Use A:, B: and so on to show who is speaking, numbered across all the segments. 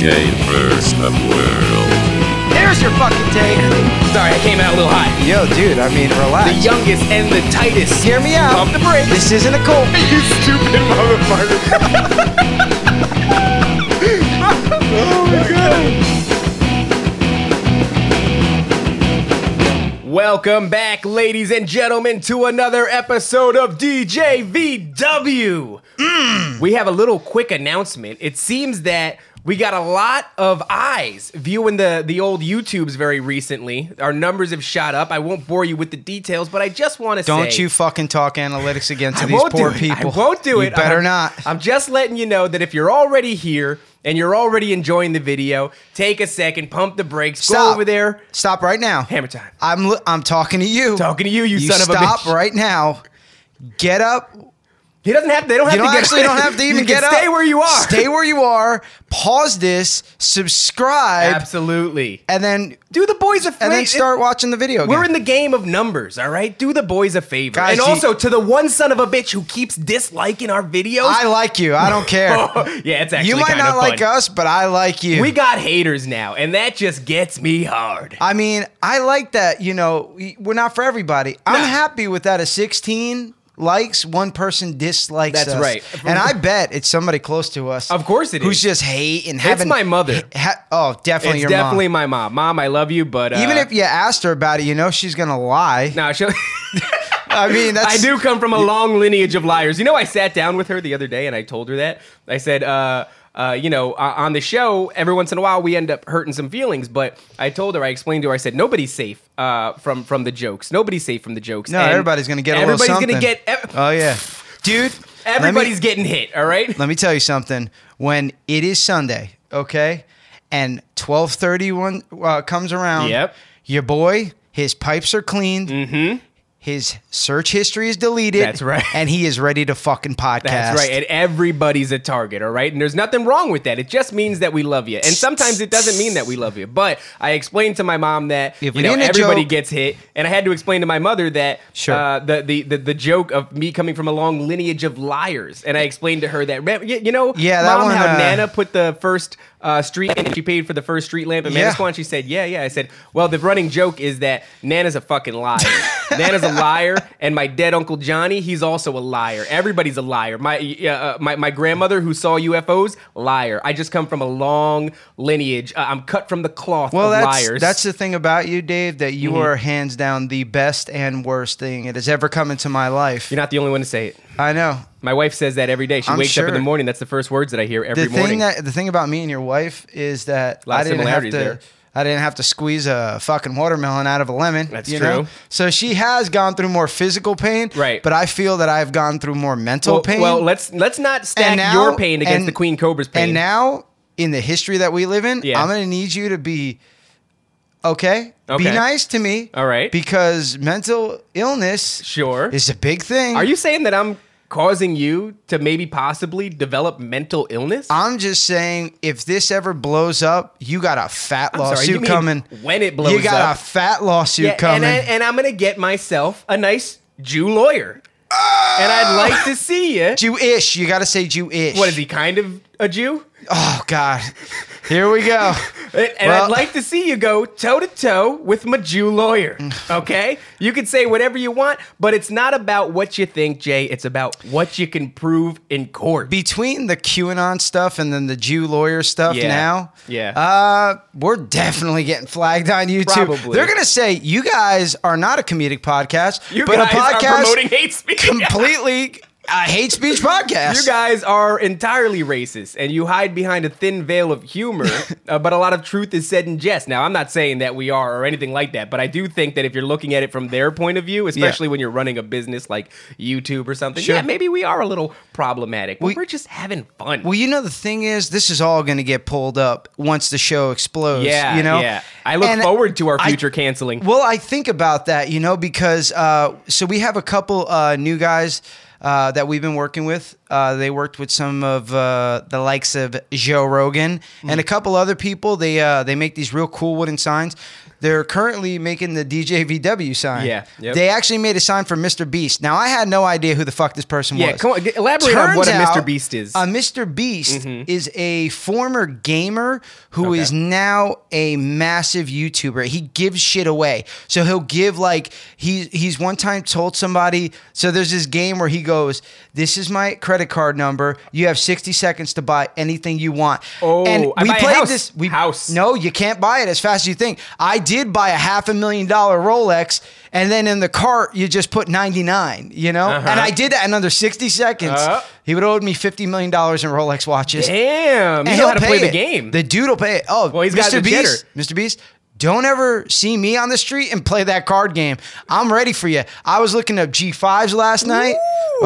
A: Gamers of World.
B: There's your fucking take.
C: Sorry, I came out a little hot.
B: Yo, dude, I mean, relax.
C: The youngest and the tightest.
B: Hear me out.
C: Pump the brakes.
B: This isn't a cult.
C: You stupid motherfucker. Welcome back, ladies and gentlemen, to another episode of DJ VW.
B: Mm.
C: We have a little quick announcement. It seems that we got a lot of eyes viewing the, the old YouTubes very recently. Our numbers have shot up. I won't bore you with the details, but I just want to say.
B: Don't you fucking talk analytics again to
C: I
B: these
C: won't
B: poor
C: do it.
B: people.
C: I won't do
B: You
C: it.
B: better
C: I'm,
B: not.
C: I'm just letting you know that if you're already here and you're already enjoying the video, take a second, pump the brakes, go
B: Stop.
C: over there.
B: Stop right now.
C: Hammer time.
B: I'm li- I'm talking to you.
C: Talking to you, you son of a
B: Stop
C: bitch.
B: right now. Get up.
C: He doesn't have. They don't have
B: You don't
C: to get
B: actually
C: up.
B: don't have to
C: You
B: even
C: can
B: get up.
C: Stay where you are.
B: Stay where you are. Pause this. Subscribe,
C: Absolutely.
B: and then
C: Do the boys a favor.
B: and then start watching the video.
C: We're in
B: again.
C: the game of numbers, all right? Do the boys a favor.
B: Guys,
C: and
B: you-
C: also to the one son of a bitch who keeps disliking our videos. Oh,
B: I like you. I don't care.
C: yeah, it's actually
B: you might
C: kinda
B: not
C: fun.
B: like us, but I like you.
C: We got haters now, and that just gets me hard.
B: I mean, I like that. You know, we- we're not for everybody. I'm
C: No.
B: happy with that. A 16 likes, one person dislikes.
C: That's
B: us.
C: right.
B: And I bet it's somebody close to us.
C: Of course it
B: who's
C: is.
B: just hating. Having,
C: my mother.
B: ha- oh, definitely
C: it's
B: your
C: definitely
B: mom.
C: my mom. Mom, I love you, but uh,
B: Even if you asked her about it, you know she's gonna lie.
C: now she'll.
B: I mean, that's
C: I do come from a long lineage of liars. You know, I sat down with her the other day and I told her that. I said, uh, uh, you know, uh, on the show, every once in a while we end up hurting some feelings, but I told her, I explained to her, I said, nobody's safe uh, from from the jokes. Nobody's safe from the jokes.
B: No,
C: And
B: everybody's gonna get a little
C: everybody's
B: something.
C: gonna get. ev-
B: oh yeah, dude. let me-
C: everybody's getting hit. All right.
B: let me tell you something. When it is Sunday, okay, and twelve thirty one uh, comes around,
C: Yep.
B: your boy, his pipes are cleaned. Mm-hmm. His search history is deleted.
C: That's right.
B: and he is ready to fucking podcast.
C: That's right. And everybody's a target, all right? And there's nothing wrong with that. It just means that we love you. And sometimes it doesn't mean that we love you. But I explained to my mom that
B: If
C: you
B: we
C: know,
B: didn't
C: everybody
B: joke-
C: gets hit. And I had to explain to my mother that
B: Sure.
C: uh, the, the, the, the joke of me coming from a long lineage of liars. And I explained to her that, "Re- y- you know,
B: Yeah, that
C: mom,
B: one,
C: how
B: uh,
C: Nana put the first uh, street, she paid for the first street lamp in
B: Yeah.
C: Manasquan. She said, yeah, yeah. I said, well, the running joke is that Nana's a fucking liar. Nana's a liar. And my dead Uncle Johnny, he's also a liar. Everybody's a liar. My, uh, uh, my, my grandmother who saw UFOs, liar. I just come from a long lineage. Uh, I'm cut from the cloth
B: Well,
C: of
B: that's
C: liars. Mm-hmm.
B: that's the thing about you, Dave. That you are hands down the best and worst thing that has ever come into my life.
C: You're not the only one to say it.
B: I know.
C: My wife says that every day. She
B: I'm
C: wakes up in
B: sure.
C: the morning. That's the first words that I hear every
B: the thing
C: morning.
B: that the thing about me and your wife is that
C: Lot of
B: I didn't have to
C: similarities there.
B: I didn't have to squeeze a fucking watermelon out of a lemon.
C: That's
B: you
C: true.
B: Know? So she has gone through more physical pain,
C: Right.
B: But I feel that I've gone through more mental
C: well,
B: pain.
C: well, let's let's not stack
B: And now-
C: your pain against
B: and-
C: the Queen Cobra's pain.
B: And now in the history that we live in,
C: Yeah.
B: I'm gonna need you to be okay.
C: Okay.
B: Be nice to me.
C: All right.
B: Because mental illness
C: sure.
B: is a big thing.
C: Are you saying that I'm causing you to maybe possibly develop mental illness?
B: I'm just saying, if this ever blows up, you got a fat
C: sorry,
B: lawsuit
C: you mean
B: coming.
C: when it blows
B: you got
C: up.
B: a fat lawsuit coming.
C: and, I, and I'm gonna get myself a nice Jew lawyer, and I'd like to see you.
B: Jewish, you got to say Jewish.
C: What is he? Kind of a Jew,
B: Oh God, here we go.
C: and and I'd
B: Well-
C: like to see you go toe to toe with my Jew lawyer. Okay, you can say whatever you want, but it's not about what you think, Jay. It's about what you can prove in court.
B: Between the QAnon stuff and then the Jew lawyer stuff
C: Yeah.
B: now,
C: Yeah.
B: uh, we're definitely getting flagged on YouTube.
C: Probably.
B: They're gonna say you guys are not a comedic podcast,
C: you
B: but
C: guys
B: a podcast
C: are promoting hate speech.
B: completely a hate speech podcast.
C: You guys are entirely racist, and you hide behind a thin veil of humor, uh, but a lot of truth is said in jest. Now, I'm not saying that we are or anything like that, but I do think that if you're looking at it from their point of view, especially when you're running a business like YouTube or something,
B: Sure.
C: yeah, maybe we are a little problematic. But
B: We-
C: we, are just having fun.
B: Well, you know the thing is, this is all going to get pulled up once the show explodes.
C: yeah,
B: you know.
C: yeah. I look
B: And
C: forward to our
B: I-
C: future canceling.
B: Well, I think about that, you know, because uh, so we have a couple uh, new guys uh, that we've been working with Uh, they worked with some of uh, the likes of Joe Rogan
C: Mm.
B: and a couple other people. They uh, they make these real cool wooden signs. They're currently making the DJVW sign.
C: Yeah, yep.
B: They actually made a sign for Mr. Beast. Now I had no idea who the fuck this person
C: Yeah,
B: was.
C: come on, g- elaborate on what a Mr. Beast is.
B: A Mr. Uh, Beast is a former gamer who is
C: Mm-hmm. Okay.
B: now a massive YouTuber. He gives shit away. So he'll give like he he's one time told somebody. So there's this game where he goes, "This is my credit card number. You have 60 seconds to buy anything you want."
C: Oh,
B: and
C: I
B: we
C: buy a
B: played
C: house.
B: this. We
C: House.
B: No, you can't buy it as fast as you think. I did buy a half a million dollar Rolex, and then in the cart you just put 99. You know, and I did that in under 60 seconds.
C: Uh-huh.
B: He would owe me fifty million dollars in Rolex watches.
C: Damn, you
B: And
C: know how to
B: pay
C: play the
B: it.
C: game.
B: The dude will pay it. Oh,
C: Well, he's got
B: Mr.
C: the cheddar.
B: Beast. Mr. Beast, don't ever see me on the street and play that card game. I'm ready for you. I was looking up G5s last night.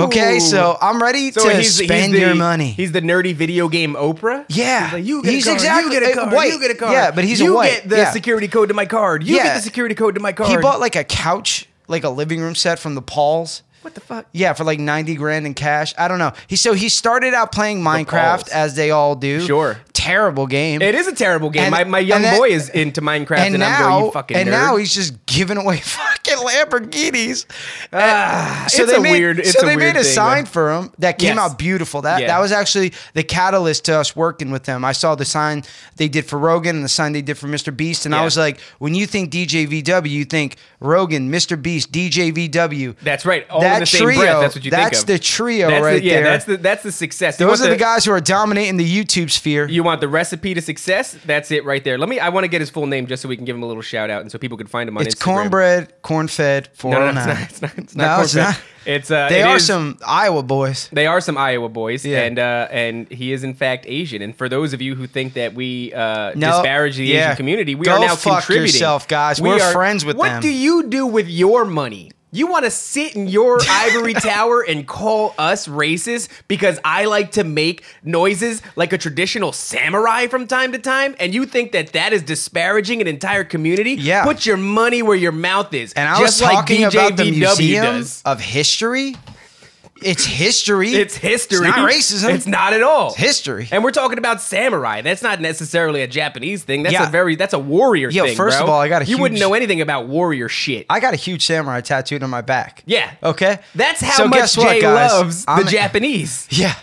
B: Okay, so I'm ready
C: So
B: to
C: he's,
B: spend
C: he's the,
B: your money.
C: He's the nerdy video game Oprah.
B: Yeah.
C: he's, like, you get
B: He's
C: a card,
B: exactly-
C: you get
B: uh,
C: a card,
B: white.
C: you get a card.
B: Yeah, but he's a
C: you
B: white,
C: get the
B: yeah.
C: security code to my card. You
B: Yeah.
C: get the security code to my card.
B: he bought like a couch, like a living room set from the Pauls.
C: what the fuck?
B: Yeah, for like ninety grand in cash. I don't know. He so he started out playing Minecraft
C: Pauls.
B: as they all do.
C: Sure.
B: terrible game.
C: It is a terrible game.
B: And-
C: my, my
B: and
C: young
B: that-
C: boy is into Minecraft, and,
B: and
C: I'm
B: now,
C: going, you fucking
B: and
C: nerd.
B: now he's just giving away fucking Lamborghinis. And
C: Ah, it's a
B: made,
C: weird- it's
B: so
C: a
B: they
C: weird
B: made a
C: thing,
B: sign
C: though.
B: for him that came
C: Yes.
B: out beautiful. That
C: Yeah.
B: that was actually the catalyst to us working with them. I saw the sign they did for Rogan and the sign they did for Mr. Beast, and I
C: Yeah.
B: was like, when you think DJVW, you think Rogan, Mr. Beast, DJVW.
C: that's right. All
B: that
C: in the same
B: trio.
C: breath. That's what you
B: that's
C: think
B: the
C: of.
B: trio
C: that's
B: right
C: the, yeah,
B: there.
C: That's the that's the success. You
B: Those
C: want
B: are the, guys who are dominating the YouTube sphere.
C: You want the recipe to success? That's it right there. Let me. I want to get his full name just so we can give him a little shout out, and so people can find him on
B: it's
C: Instagram.
B: cornbread, corn-fed,
C: No, no,
B: 409.
C: no, it's not. It's not. It's
B: No,
C: not.
B: it's
C: cornbread.
B: not.
C: It's, uh,
B: They
C: it
B: are
C: is-
B: some Iowa boys.
C: They are some Iowa boys,
B: Yeah.
C: and uh, and he is in fact Asian. And for those of you who think that we uh,
B: No,
C: disparage the
B: yeah.
C: Asian community, we
B: Go
C: are now
B: fuck
C: contributing.
B: yourself, guys.
C: We
B: We're
C: are-
B: friends with
C: what
B: them.
C: What do you do with your money? You want to sit in your ivory tower and call us racist because I like to make noises like a traditional samurai from time to time, and you think that that is disparaging an entire community?
B: Yeah.
C: Put your money where your mouth is,
B: And I
C: just
B: was talking
C: like
B: about the
C: DJVW
B: museum
C: does.
B: of history. It's history.
C: It's history.
B: It's not racism.
C: It's not at all.
B: history.
C: And we're talking about samurai. That's not necessarily a Japanese thing. That's
B: Yeah.
C: a very that's a warrior
B: Yo,
C: thing.
B: first
C: bro.
B: of all, I got a
C: You wouldn't
B: huge-
C: know anything about warrior shit.
B: I got a huge samurai tattooed on my back.
C: yeah.
B: Okay.
C: That's how
B: So
C: much
B: guess what,
C: Jay
B: guys?
C: loves
B: I'm-
C: the Japanese.
B: Yeah.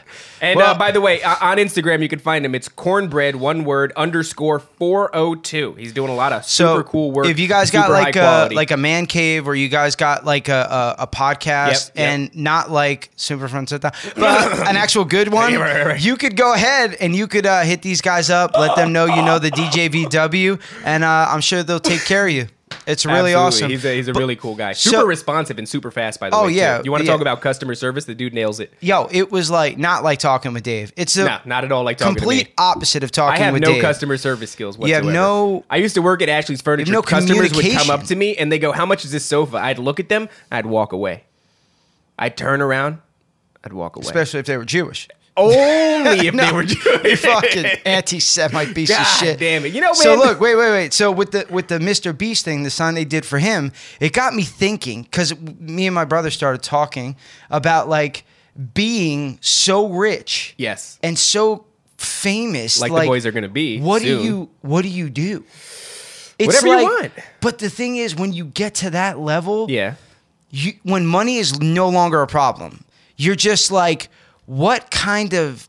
C: And
B: Well-
C: uh, by the way, uh, on Instagram you can find him. It's cornbread one word underscore four oh two. He's doing a lot of
B: So
C: super cool work.
B: If you guys
C: super
B: got like
C: high
B: a
C: quality.
B: like a man cave, or you guys got like a a, a podcast,
C: Yep, yep.
B: and not like super fun sit down, but an actual good one,
C: Yeah, right, right, right.
B: you could go ahead and you could uh, hit these guys up, let them know you know the DJVW, and uh, I'm sure they'll take care of you. It's really
C: Absolutely.
B: awesome.
C: He's a, he's a really cool guy.
B: so-
C: Super responsive and super fast. By the
B: Oh,
C: way, too.
B: yeah,
C: You want to
B: yeah.
C: talk about customer service? The dude nails it.
B: Yo, it was like not like talking with Dave. It's a
C: No, not at all like talking to
B: complete
C: me.
B: opposite of
C: I
B: talking
C: have
B: with
C: no
B: Dave.
C: customer service skills
B: You
C: whatsoever.
B: have no-
C: I used to work at Ashley's Furniture.
B: no
C: Customers would come
B: communication.
C: up to me and they go, "How much is this sofa?" I'd look at them. I'd walk away. I'd turn around. I'd walk away.
B: especially if they were Jewish.
C: Only if they
B: No,
C: were Jewish.
B: Fucking anti-Semite piece
C: God
B: of shit.
C: damn it. You know,
B: So
C: man-
B: look, wait, wait, wait. So with the with the Mr. Beast thing, the sign they did for him, it got me thinking because me and my brother started talking about like being so rich,
C: Yes.
B: and so famous.
C: Like the boys are gonna be
B: What do
C: soon.
B: you What do you do? It's
C: Whatever you want.
B: But the thing is, when you get to that level,
C: Yeah.
B: you, when money is no longer a problem, you're just like, what kind of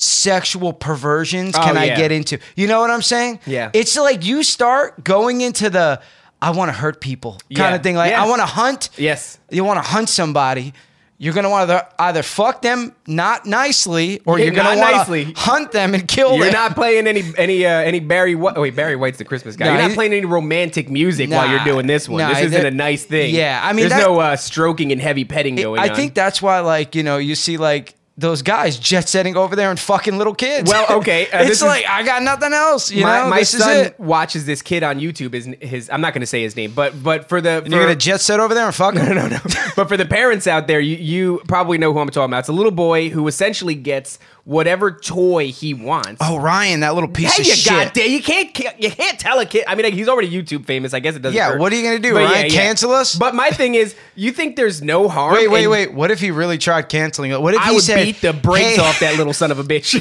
B: sexual perversions can I
C: Oh, yeah.
B: get into? You know what I'm saying?
C: Yeah.
B: It's like you start going into the I want to hurt people kind
C: Yeah.
B: of thing. Like I
C: Yes.
B: want to hunt.
C: Yes.
B: You want to hunt somebody. You're gonna want to either fuck them not nicely, or
C: Yeah,
B: you're gonna
C: not
B: want
C: nicely.
B: to hunt them and kill
C: You're
B: them.
C: not playing any any uh, any Barry White. Wait, Barry White's the Christmas guy.
B: No,
C: you're not
B: he-
C: playing any romantic music while
B: Nah,
C: you're doing this one.
B: nah,
C: this isn't
B: there-
C: a nice thing.
B: Yeah, I mean,
C: there's
B: that-
C: no uh, stroking and heavy petting
B: It-
C: going
B: I
C: on.
B: think that's why, like, you know, you see like those guys jet setting over there and fucking little kids.
C: Well, okay, uh,
B: it's
C: this is-
B: like I got nothing else. You
C: my,
B: know,
C: my
B: this
C: son
B: is it.
C: watches this kid on YouTube. Is his? I'm not going to say his name, but but for the
B: And you're
C: for-
B: gonna jet set over there and fuck? No, no, no.
C: but for the parents out there, you, you probably know who I'm talking about. It's a little boy who essentially gets whatever toy he wants.
B: oh, Ryan, that little piece
C: Hey,
B: of
C: you
B: shit.
C: goddamn! You can't you can't tell a kid. I mean, like, he's already YouTube famous. I guess it doesn't.
B: Yeah,
C: hurt.
B: what are you gonna do, Ryan? Cancel us?
C: But my thing is, you think there's no harm?
B: Wait, wait,
C: in-
B: wait. What if he really tried canceling it? What if
C: I
B: he
C: would
B: said,
C: beat beat the brakes
B: hey-
C: off that little son of a bitch.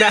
C: Nah,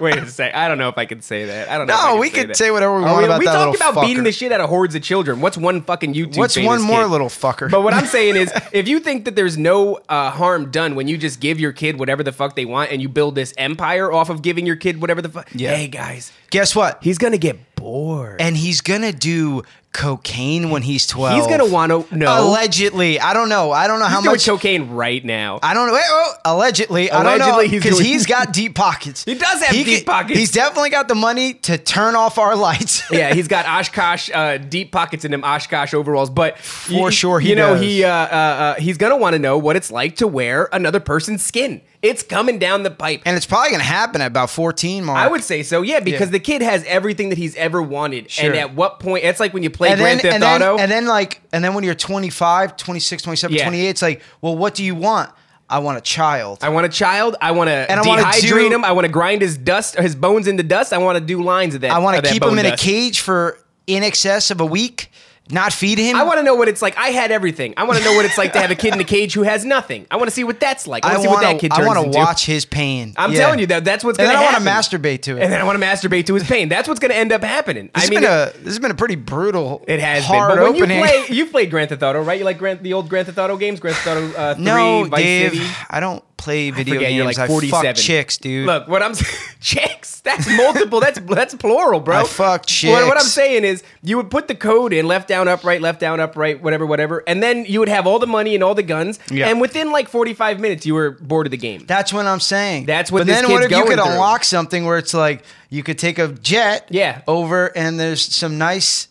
C: Wait a sec. I don't know if I can say that. I don't know. if
B: No,
C: I can
B: we
C: say
B: could
C: that.
B: say whatever we
C: Are
B: want about
C: we
B: that
C: talking
B: little
C: about beating
B: fucker.
C: the shit out of hordes of children. What's one fucking YouTube?
B: What's
C: famous
B: one more
C: kid?
B: little fucker?
C: But what I'm saying is, if you think that there's no uh, harm done when you just give your kid whatever the fuck they want, and you build this empire off of giving your kid whatever the fuck,
B: Yeah.
C: hey guys,
B: Guess what?
C: he's gonna get bored.
B: And he's gonna do cocaine when he's twelve.
C: he's gonna want to know.
B: Allegedly, I don't know. I don't know how
C: he's doing
B: much.
C: cocaine right now.
B: I don't know. Wait, oh, allegedly, I don't
C: Allegedly,
B: know
C: he's
B: because
C: doing-
B: he's got deep pockets.
C: He does have deep pockets.
B: He's definitely got the money to turn off our lights.
C: yeah, he's got Oshkosh uh, deep pockets in them Oshkosh overalls, but
B: For sure he
C: you know
B: does.
C: he uh, uh, uh, he's gonna want to know what it's like to wear another person's skin. It's coming down the pipe.
B: and it's probably gonna happen at about fourteen. Mark.
C: I would say so, yeah, because
B: Yeah.
C: the kid has everything that he's ever wanted.
B: Sure.
C: And at what point? It's like when you play
B: and then,
C: Grand Theft
B: and, then,
C: Auto.
B: and then like and then when you're 25 26 27
C: Yeah.
B: 28 it's like well what do you want i want a child
C: I want a child. I want to
B: And I wanna
C: dehydrate
B: do-
C: him. I want to grind his dust, his bones into dust. I want to do lines of that.
B: i
C: of
B: want to
C: that
B: keep
C: bone
B: him in
C: dust.
B: a cage for in excess of a week not feed him
C: I want to know what it's like. I had everything. I want to know what it's like to have a kid in a cage who has nothing. I want to see what that's like. I want to see what that kid
B: I
C: turns
B: wanna
C: into.
B: watch his pain
C: I'm
B: Yeah.
C: telling you that that's what's
B: and
C: going
B: then
C: to
B: i
C: happen.
B: want to masturbate to it
C: And then I want to masturbate to his pain. That's what's going to end up happening.
B: this
C: I
B: has
C: mean,
B: been
C: it-
B: a this has been a pretty brutal
C: it has been.
B: hard
C: But when
B: opening
C: you play, you played Grand Theft Auto, right? You like Grand, the old Grand Theft Auto games, Grand Theft Auto uh, Three,
B: no
C: Vice
B: dave
C: City.
B: i don't play video
C: forget,
B: games
C: you're like
B: i
C: 47.
B: fuck chicks dude
C: Look, what I'm chicks. That's multiple. That's that's plural, bro.
B: I fuck
C: What, what I'm
B: chicks.
C: saying is, you would put the code in left down up right left down up right whatever whatever, and then you would have all the money and all the guns,
B: Yeah.
C: and within like 45 minutes, you were bored of the game.
B: That's what I'm saying.
C: That's what
B: But
C: this
B: then
C: kid's
B: what if you
C: going
B: could
C: through.
B: unlock something where it's like you could take a jet,
C: Yeah.
B: over and there's some nice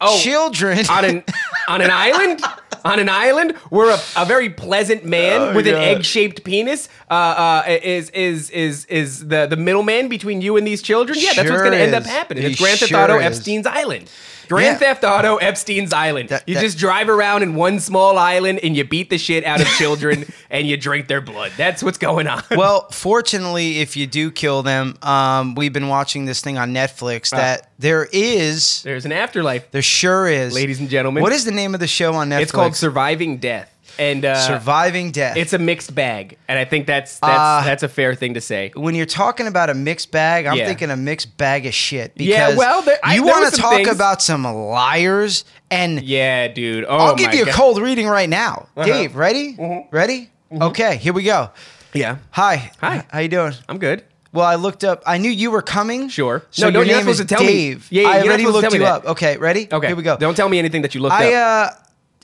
C: oh,
B: children.
C: on an on an island on an island where a, a very pleasant man
B: Oh,
C: with an
B: God.
C: egg shaped penis uh, uh, is is is is the the middleman between you and these children. Yeah, that's what's
B: Sure
C: going to end up
B: is.
C: happening.
B: He
C: It's Grand Theft
B: sure
C: Auto
B: is.
C: Epstein's Island. Grand
B: Yeah.
C: Theft Auto Epstein's Island.
B: That-
C: you
B: that-
C: just drive around in one small island and you beat the shit out of children and you drink their blood. That's what's going on.
B: well, fortunately, if you do kill them, um, we've been watching this thing on
C: Ah.
B: Netflix that there is,
C: There's an afterlife.
B: there sure is,
C: Ladies and gentlemen.
B: What is the name of the show on Netflix?
C: It's called Surviving Death. And uh,
B: Surviving Death.
C: it's a mixed bag, and I think that's that's
B: Uh,
C: that's a fair thing to say.
B: when you're talking about a mixed bag, I'm
C: Yeah.
B: thinking a mixed bag of shit. Because
C: Yeah, well, there- I-
B: you
C: there
B: wanna
C: was some
B: talk
C: things-
B: about some liars and
C: Yeah, dude. Oh,
B: I'll give
C: my
B: you a
C: God. Uh-huh. Mm-hmm.
B: cold reading right now. Dave, ready? Ready? Okay, here we go.
C: Yeah,
B: Hi.
C: Hi.
B: How you doing?
C: I'm good.
B: Well, I looked up. I knew you were coming.
C: Sure.
B: So
C: No, no,
B: your
C: you're not
B: name
C: supposed
B: is
C: to tell me.
B: Dave.
C: Yeah, yeah,
B: I
C: you're not
B: already
C: supposed to
B: looked
C: tell me
B: you
C: that.
B: up. Okay, ready?
C: Okay,
B: Here we go.
C: Don't tell me anything that you looked
B: I
C: up.
B: uh,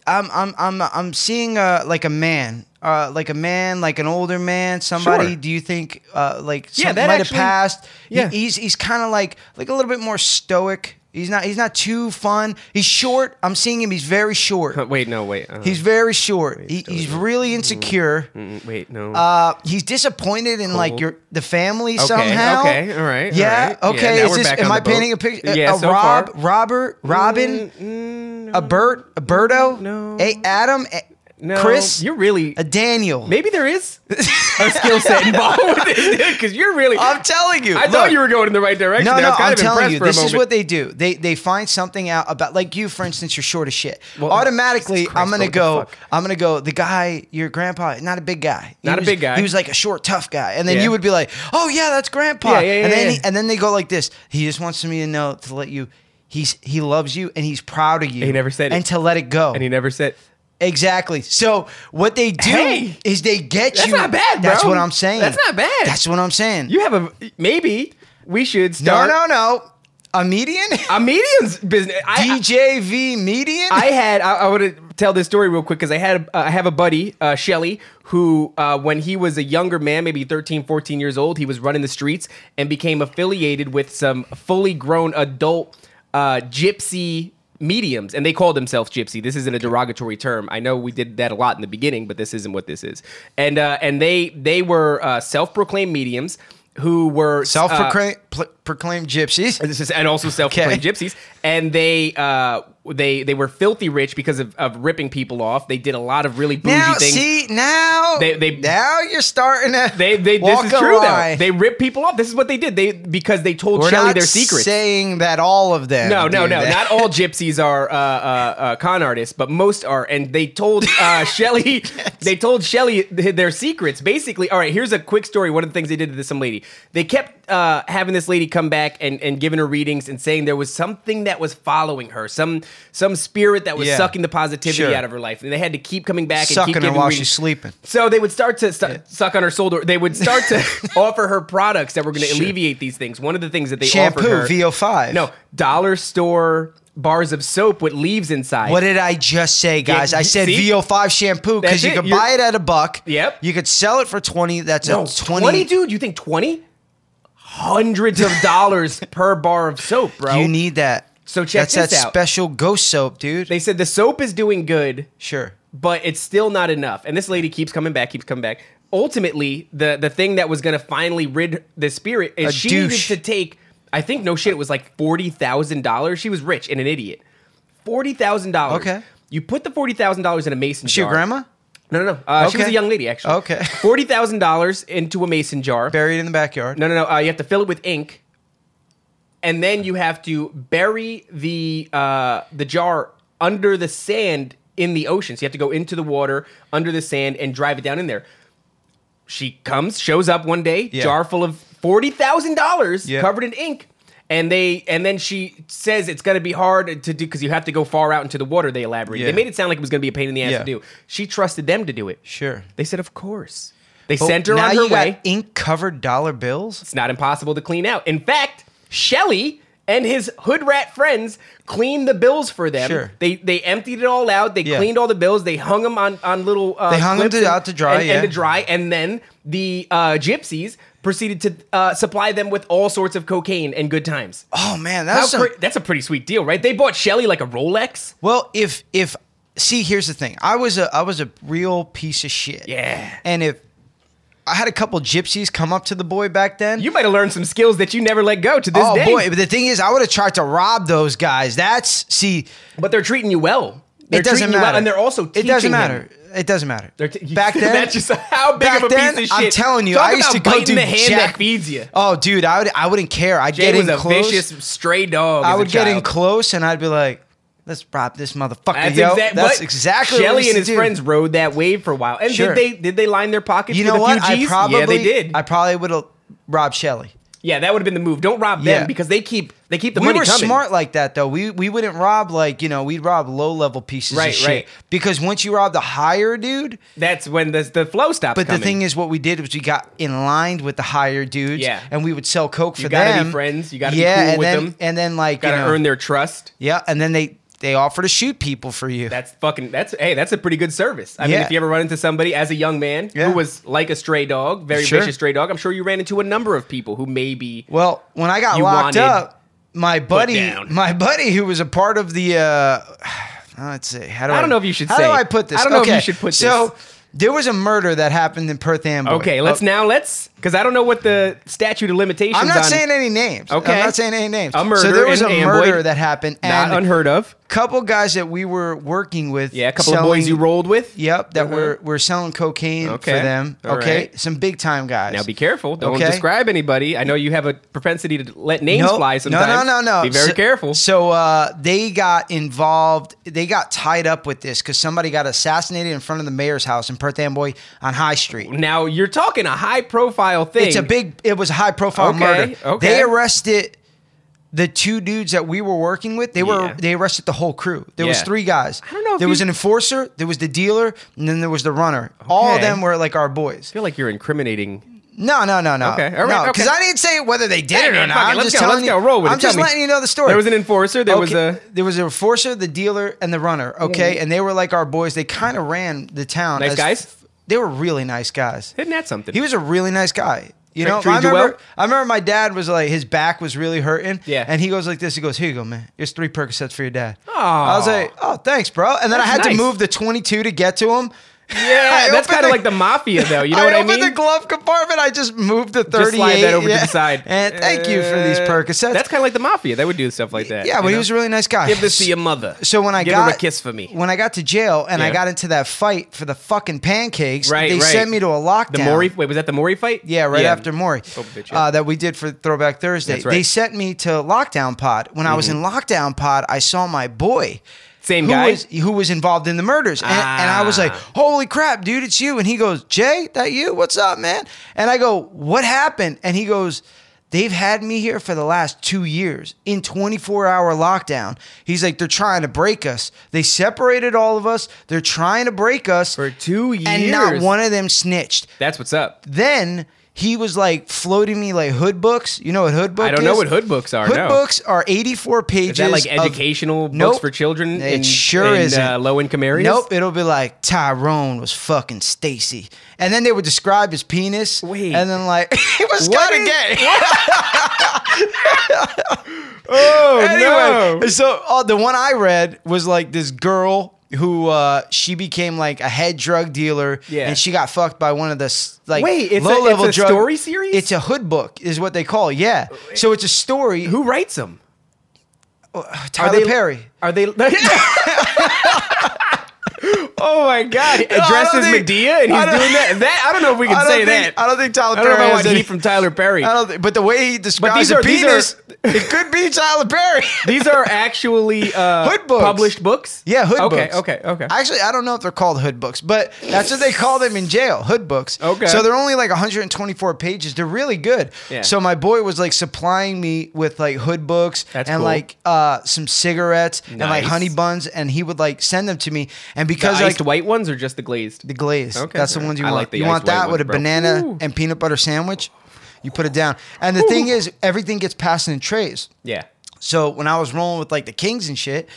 B: I'm I'm I'm I'm seeing uh like a man, uh like a man, like an older man, somebody.
C: Sure.
B: Do you think uh like
C: Yeah,
B: something
C: that
B: might
C: actually-
B: have passed? He-
C: yeah.
B: he's he's kind of like like a little bit more stoic. He's not he's not too fun. He's short. I'm seeing him. He's very short.
C: wait, no, wait. Uh,
B: He's very short. He, he's really insecure.
C: mm, wait, no.
B: Uh, he's disappointed in like
C: Cool.
B: your the family
C: Okay,
B: somehow.
C: okay, all right, all
B: Yeah.
C: right. Yeah,
B: Okay.
C: now
B: is
C: we're
B: this?
C: back
B: Am
C: on
B: I
C: the boat.
B: painting a picture?
C: Yeah,
B: a
C: so
B: Rob,
C: far.
B: Robin, Robin,
C: Mm,
B: a Bert, a Berto,
C: no.
B: a Adam, a
C: no,
B: Chris,
C: you're really.
B: a Daniel.
C: maybe there is a skill set involved with it because you're really.
B: I'm telling you.
C: I thought
B: look.
C: you were going in the right direction.
B: No,
C: there. I
B: no,
C: was kind
B: I'm
C: of
B: telling
C: impressed
B: you,
C: for a
B: this is
C: moment.
B: what they do. They they find something out about like you, for instance, you're short as shit.
C: Well,
B: Automatically,
C: Jesus Christ,
B: I'm gonna
C: what the
B: go.
C: fuck?
B: I'm gonna go. The guy, your grandpa, not a big guy, He
C: Not a
B: was-
C: big guy.
B: He was like a short, tough guy, and then
C: Yeah.
B: you would be like, oh yeah, that's grandpa.
C: Yeah, yeah, yeah,
B: and then
C: yeah.
B: he- and then they go like this. He just wants me to know to let you. He's he loves you and he's proud of you.
C: He never said it.
B: and to let it go.
C: and he never said.
B: Exactly. So what they do
C: Hey!
B: is they get
C: That's
B: you.
C: not bad,
B: That's
C: bro.
B: what I'm saying.
C: That's not bad.
B: That's what I'm saying.
C: You have a maybe we should
B: no,
C: start
B: no, no. A median.
C: a medium's business. I,
B: DJV Median?
C: I had I, I want to tell this story real quick because I had a, I have a buddy uh, Shelly who uh, when he was a younger man maybe 13 14 years old he was running the streets and became affiliated with some fully grown adult uh, gypsy mediums and they called themselves gypsy this isn't a derogatory term i know we did that a lot in the beginning but this isn't what this is and uh, and they they were uh, self-proclaimed mediums who were uh,
B: Self-proclaimed pl- proclaimed gypsies.
C: this is- and also self-proclaimed
B: Okay.
C: gypsies, and they uh, they they were filthy rich because of, of ripping people off. They did a lot of really bougie
B: Now,
C: things.
B: see, now,
C: They- they-
B: now you're starting to
C: they they
B: walk
C: this
B: a
C: is true
B: lie.
C: though. They ripped people off. This is what they did. They because they told
B: We're
C: Shelly
B: not
C: their secrets.
B: saying that all of them.
C: no, no,
B: do
C: no.
B: that.
C: Not all gypsies are uh, uh, uh, con artists, but most are. And they told uh, Shelly, they told Shelly their secrets. Basically, all right. Here's a quick story. One of the things they did to this some lady. They kept uh, having this lady come back and, and giving her readings and saying there was something that was following her, some some spirit that was
B: Yeah.
C: sucking the positivity
B: Sure.
C: out of her life, and they had to keep coming back and keep
B: Sucking her
C: giving
B: while
C: readings.
B: she's sleeping.
C: So they would start to stu- suck on her soul. Door. They would start to offer her products that were going to alleviate these things. One of the things that they offered
B: Shampoo,
C: her
B: VO5.
C: no dollar store bars of soap with leaves inside.
B: What did I just say, guys? I said
C: see?
B: VO5 shampoo
C: That's
B: because you
C: it.
B: could
C: You're-
B: buy it at a buck.
C: Yep.
B: You could sell it for 20. That's
C: no,
B: a
C: 20,
B: 20.
C: dude. You think twenty? Hundreds of dollars per bar of soap, bro.
B: You need that.
C: So check
B: That's
C: this
B: that
C: out.
B: special ghost soap, dude.
C: they said the soap is doing good,
B: sure.
C: but it's still not enough. And this lady keeps coming back, keeps coming back. Ultimately, the the thing that was going to finally rid the spirit is
B: A
C: she
B: douche.
C: needed to take. I think no shit, it was like forty thousand dollars. She was rich and an idiot. Forty thousand dollars.
B: Okay.
C: You put the forty thousand dollars in a mason
B: She
C: jar.
B: your grandma?
C: No, no, no. Uh, She was
B: Okay.
C: a young lady, actually.
B: Okay.
C: Forty thousand dollars into a mason jar.
B: Buried in the backyard.
C: No, no, no. Uh, you have to fill it with ink, and then you have to bury the uh, the jar under the sand in the ocean. So you have to go into the water under the sand and drive it down in there. She comes, shows up one day,
B: Yeah.
C: jar full of forty thousand dollars,
B: Yeah.
C: covered in ink. And they and then she says it's gonna be hard to do because you have to go far out into the water. They elaborate.
B: Yeah.
C: They made it sound like it was gonna be a pain in the ass
B: Yeah.
C: to do. She trusted them to do it.
B: Sure.
C: They said, of course. They
B: Oh,
C: sent her
B: now
C: on her
B: you
C: way.
B: got ink covered dollar bills?
C: It's not impossible to clean out. In fact, Shelly and his hood rat friends cleaned the bills for them.
B: Sure.
C: They they emptied it all out. They
B: Yeah.
C: cleaned all the bills. They hung them on on little. Uh,
B: They hung 'em
C: clips
B: to- out to dry,
C: and,
B: yeah.
C: and to dry. And then the uh, gypsies proceeded to uh, supply them with all sorts of cocaine and good times.
B: Oh, man.
C: How
B: That's some
C: cra- that's a pretty sweet deal, right? They bought Shelly like a Rolex.
B: Well, if if see, here's the thing. I was a I was a real piece of shit.
C: Yeah.
B: And if I had a couple gypsies come up to the boy back then.
C: You might have learned some skills that you never let go to this
B: oh
C: day.
B: boy! But the thing is, I would have tried to rob those guys. That's see.
C: But they're treating you well. They're
B: it doesn't
C: treating
B: matter,
C: You well, and they're also
B: it
C: teaching
B: doesn't
C: him.
B: matter. It doesn't matter.
C: They're t-
B: back then,
C: that's just how big
B: back
C: of a
B: then,
C: piece of
B: I'm
C: shit.
B: telling you,
C: Talk
B: I used
C: about
B: to go
C: biting
B: do
C: the hand
B: jack-
C: that feeds you.
B: Oh, dude, I would I wouldn't care. I'd
C: Jay
B: get
C: was
B: in
C: a
B: close.
C: vicious stray dog.
B: I
C: as a
B: would get in
C: child.
B: close, and I'd be like, "Let's rob this motherfucker,
C: That's,
B: yo."
C: exact-
B: that's
C: but
B: exactly what we
C: Shelly
B: used
C: and
B: to
C: his
B: do.
C: friends rode that wave for a while. And
B: Sure.
C: did they did they line their pockets?
B: You
C: for
B: know
C: the
B: what? I
C: Fugees?
B: probably
C: yeah they did.
B: I probably would have robbed Shelly.
C: yeah, that would have been the move. Don't rob them
B: Yeah.
C: because they keep they keep the
B: We
C: money
B: were
C: coming.
B: smart like that though. We we wouldn't rob like you know we'd rob low level pieces
C: Right,
B: of shit
C: right.
B: because once you rob the higher dude.
C: That's when the the flow stops.
B: But
C: coming.
B: the thing is, what we did was we got in line with the higher dudes,
C: Yeah.
B: and we would sell coke for
C: gotta be
B: them.
C: friends. You gotta be
B: yeah,
C: cool
B: and
C: with
B: then,
C: them.
B: And then like
C: gotta
B: you know,
C: earn their trust.
B: yeah, and then they they offer to shoot people for you.
C: That's fucking. That's hey. That's a pretty good service. I mean,
B: Yeah.
C: if you ever run into somebody as a young man
B: Yeah.
C: who was like a stray dog, very
B: Sure.
C: vicious stray dog, I'm sure you ran into a number of people who maybe
B: Well, when I got
C: You
B: locked
C: wanted
B: up, my buddy,
C: down.
B: my buddy who was a part of the, uh, let's see, how do I,
C: I don't know if you should
B: how
C: say
B: do
C: it.
B: I put this?
C: I don't know if
B: okay.
C: you should put
B: so,
C: this.
B: there was a murder that happened in Perth Amboy.
C: Okay, let's now let's because I don't know what the statute of limitations.
B: uh, I'm not
C: on,
B: saying any names.
C: Okay.
B: I'm not saying any names.
C: A
B: So
C: murder
B: there was
C: in
B: a
C: Amboy.
B: murder that happened,
C: not
B: and
C: unheard of.
B: couple guys that we were working with.
C: Yeah, a couple of
B: selling-
C: boys you rolled with.
B: Yep, that
C: Uh-huh.
B: were were selling cocaine
C: Okay.
B: for them.
C: All
B: okay,
C: right.
B: some big time guys.
C: Now be careful. Don't
B: Okay.
C: describe anybody. I know you have a propensity to let names
B: Nope.
C: fly sometimes.
B: No, no, no, no.
C: Be very
B: so,
C: careful.
B: So uh, they got involved. They got tied up with this because somebody got assassinated in front of the mayor's house in Perth Amboy on High Street.
C: now you're talking a high profile thing.
B: It's a big. It was a high profile
C: Okay,
B: murder.
C: okay.
B: They arrested the two dudes that we were working with. They were
C: Yeah.
B: they arrested the whole crew. There was
C: Yeah.
B: three guys.
C: I don't know if
B: There
C: you-
B: was an enforcer. There was the dealer, and then there was the runner. All of
C: Okay.
B: them were like our boys.
C: I feel like you're incriminating.
B: No, no, no, no.
C: Okay, all right, okay.
B: Because I didn't say whether they did
C: Hey,
B: it or
C: man,
B: not.
C: fuck it,
B: I'm
C: let's
B: just
C: go,
B: telling
C: let's
B: you.
C: go, roll with it,
B: I'm
C: tell
B: just
C: me.
B: letting you know the story.
C: There was an enforcer. There was
B: Okay,
C: a. Mm.
B: there was a enforcer, the dealer, and the runner. Okay, and they were like our boys. They kind of ran the town.
C: Nice
B: as-
C: guys?
B: They were really nice guys.
C: Isn't that something?
B: He was a really nice guy. You
C: Tre-
B: know, I
C: treated you
B: remember,
C: well?
B: I remember my dad was like, his back was really hurting.
C: Yeah.
B: And he goes like this. He goes, here you go, man. Here's three Percocets for your dad.
C: Aw.
B: I was like, oh, thanks, bro. And then I
C: That's
B: had to
C: nice.
B: move the 22 to get to him.
C: Yeah,
B: I opened
C: that's kind of
B: the-
C: like the mafia, though. You know
B: I
C: what I
B: opened
C: mean?
B: the glove compartment. I just moved the 38.
C: Just slide that over
B: yeah.
C: to the side.
B: And thank you for these
C: Uh,
B: Percocets.
C: That's kind of like the mafia. They would do stuff like that.
B: yeah, but
C: you
B: he
C: know?
B: was a really nice guy.
C: give this to your mother.
B: So when I
C: give
B: got
C: her a kiss for me,
B: when I got to jail and I
C: Yeah.
B: got into that fight for the fucking pancakes,
C: Right,
B: they
C: right.
B: sent me to a lockdown.
C: the Maury. Wait, was that the Maury fight?
B: Yeah, right after Maury,
C: Oh, bitch, yeah.
B: uh, that we did for Throwback Thursday.
C: That's right. Mm-hmm.
B: They sent me to Lockdown Pod. When I was in Lockdown Pod, I saw my boy.
C: Same
B: who
C: guy?
B: Was, who was involved in the murders. And, and I was like,
C: Ah.
B: holy crap, dude, it's you. And he goes, Jay, that you? What's up, man? And I go, what happened? And he goes, they've had me here for the last two years in 24 hour lockdown. He's like, they're trying to break us. They separated all of us. They're trying to break us.
C: for two years,
B: and not one of them snitched
C: That's what's up.
B: then he was like floating me like hood books. You know what hood book
C: I don't
B: is?
C: know what hood books are,
B: Hood
C: no.
B: books are 84 pages.
C: Is that like
B: of-
C: educational books
B: Nope.
C: for children?
B: It
C: in,
B: sure
C: in,
B: isn't.
C: Uh, low income areas.
B: Nope, it'll be like Tyrone was fucking Stacy, and then they would describe his penis.
C: Wait.
B: and then like it was
C: What
B: kind of
C: is-
B: gay.
C: Oh
B: anyway,
C: no.
B: so uh, the one I read was like this girl who uh, she became like a head drug dealer,
C: Yeah.
B: and she got fucked by one of the s- like
C: Wait, it's a-
B: low level
C: it's a story series?
B: It's a hood book, is what they call. It. Yeah, so it's a story.
C: Who writes them?
B: Tyler
C: they-
B: Perry.
C: Are they? oh my god! Dressed
B: don't
C: as
B: think-
C: Medea, and he's
B: Oh I don't-
C: doing that. That I don't know if we can
B: don't
C: say
B: think,
C: that.
B: I don't think Tyler
C: I don't know
B: Perry.
C: if I
B: has
C: want
B: any-
C: heat from Tyler Perry.
B: I don't think, but the way he describes
C: these
B: a
C: are- these
B: penis,
C: are-
B: it could be Tyler Perry.
C: These are actually uh,
B: Hood books.
C: published books.
B: Yeah, hood
C: okay,
B: books.
C: Okay, okay,
B: Actually, I don't know if they're called hood books, but that's what they call them in jail, hood books.
C: Okay.
B: So they're only like 124 pages. They're really good.
C: Yeah.
B: So my boy was like supplying me with like hood books
C: That's
B: and
C: cool.
B: like uh, some cigarettes and like
C: Nice.
B: honey buns, and he would like send them to me. And
C: The
B: because
C: iced
B: like
C: white ones or just the glazed?
B: the glaze,
C: Okay.
B: that's the ones you
C: I
B: want.
C: like the
B: you
C: iced
B: want
C: white
B: that with
C: ones,
B: a
C: bro.
B: banana
C: Ooh.
B: and peanut butter sandwich. You put it down, and the thing is, everything gets passed in trays.
C: yeah.
B: So when I was rolling with like the Kings and shit,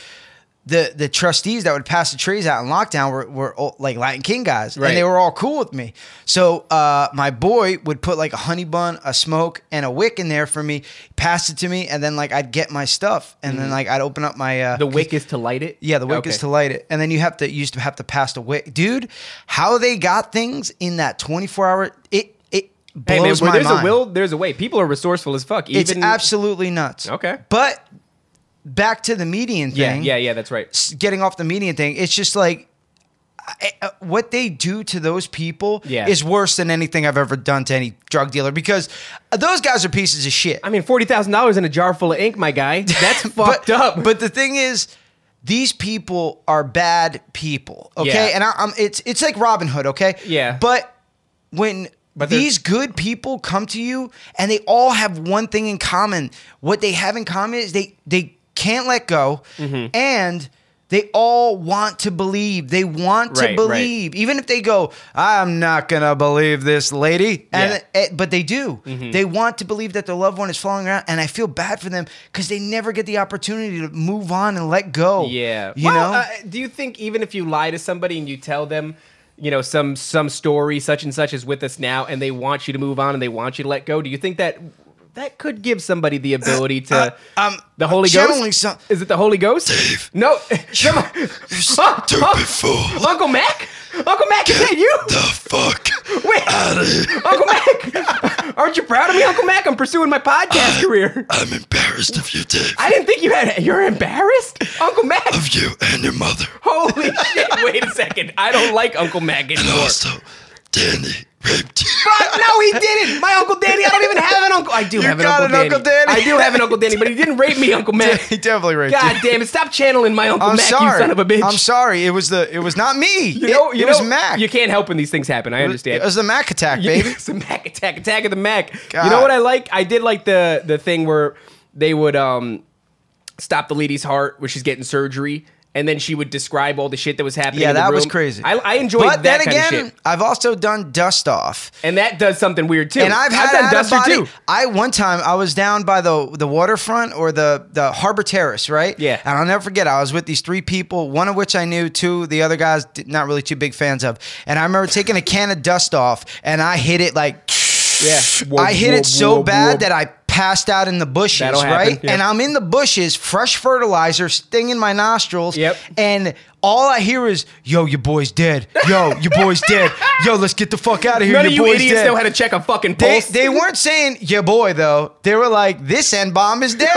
B: the the trustees that would pass the trees out in lockdown were, were all, like Latin King guys,
C: Right.
B: and they were all cool with me. So uh, my boy would put like a honey bun, a smoke, and a wick in there for me, pass it to me, and then like I'd get my stuff, and then like I'd open up my uh,
C: Mm-hmm. The wick is to light it.
B: yeah, the wick is to light it, and then you have to you used to have to pass the wick, dude. How they got things in that twenty four hour it it blows
C: Hey man,
B: my
C: where there's
B: mind.
C: a will, there's a way. People are resourceful as fuck. Even
B: it's absolutely nuts.
C: Okay.
B: but back to the median
C: Yeah,
B: thing
C: yeah, yeah. That's right.
B: s- getting off the median thing, it's just like I- uh, what they do to those people
C: Yeah.
B: is worse than anything I've ever done to any drug dealer because those guys are pieces of shit.
C: I mean, forty thousand dollars in a jar full of ink, my guy. That's fucked
B: but,
C: up.
B: But the thing is, these people are bad people. Okay,
C: Yeah.
B: and I, I'm it's it's like Robin Hood. Okay,
C: Yeah.
B: But when
C: But they're-
B: these good people come to you, and they all have one thing in common. What they have in common is they they can't let go,
C: Mm-hmm.
B: and. They all want to believe. They want to
C: Right, right.
B: believe, even if they go, "I'm not gonna believe this lady," and
C: Yeah. Mm-hmm.
B: Eh, but they do. They want to believe that their loved one is falling around, and I feel bad for them because they never get the opportunity to move on and let go.
C: Yeah.
B: you
C: well,
B: know.
C: uh, do you think even if you lie to somebody and you tell them, you know, some some story such and such is with us now, and they want you to move on and they want you to let go, do you think that that could give somebody the ability to
B: um,
C: the Holy
B: channeling
C: Ghost?
B: some-
C: is it the Holy Ghost? no. Come on.
A: Stupid fool.
C: Uncle Mac? Uncle Mac, is that you?
A: The fuck?
C: Wait, Uncle Mac, aren't you proud of me, Uncle Mac? I'm pursuing my podcast career.
A: I'm embarrassed of you, Dave.
C: I didn't think you had. You're embarrassed, Uncle Mac.
A: Of you and your mother.
C: Holy shit! Wait a second. I don't like Uncle Mac
A: And
C: anymore.
A: also, Danny raped you.
C: Fuck, no, he didn't. My Uncle Danny. I don't even have an uncle. I do have an,
B: got
C: uncle,
B: an Uncle
C: Danny.
B: Danny.
C: I do have an Uncle Danny, but he didn't rape me, Uncle Mac.
B: he definitely raped
C: God
B: you.
C: damn it! Stop channeling my Uncle
B: I'm
C: Mac,
B: sorry,
C: you son of a bitch.
B: I'm sorry. It was the. It was not me.
C: You know,
B: it,
C: you
B: it was
C: know,
B: Mac.
C: You can't help when these things happen. I
B: It
C: understand.
B: was the Mac attack, baby.
C: it's a Mac attack, attack of the Mac. You
B: God.
C: know what I like? I did like the the thing where they would um stop the lady's heart when she's getting surgery, and then she would describe all the shit that was happening.
B: Yeah,
C: in the
B: that was
C: room.
B: crazy.
C: I, I enjoyed
B: but
C: that
B: then
C: kind
B: again,
C: of shit,
B: I've also done dust off,
C: and that does something weird too.
B: and I've had
C: done
B: out of
C: Duster
B: body-
C: too.
B: I one time I was down by the the waterfront or the the Harbor Terrace, right?
C: Yeah.
B: And I'll never forget. I was with these three people, one of which I knew, two the other guys did- not really too big fans of. And I remember taking a can of dust off, and I hit it like
C: Yeah,
B: I hit it so bad that I passed out in the bushes,
C: That'll happen,
B: right?
C: yeah.
B: And I'm in the bushes, fresh fertilizer stinging my nostrils.
C: Yep.
B: And all I hear is, "Yo, your boy's dead. Yo, your boy's dead. Yo, let's get the fuck out of here.
C: None
B: your
C: of you
B: boy's
C: idiots
B: dead."
C: know how to check a fucking
B: They,
C: pulse.
B: they weren't saying your boy though. They were like, this N bomb is dead.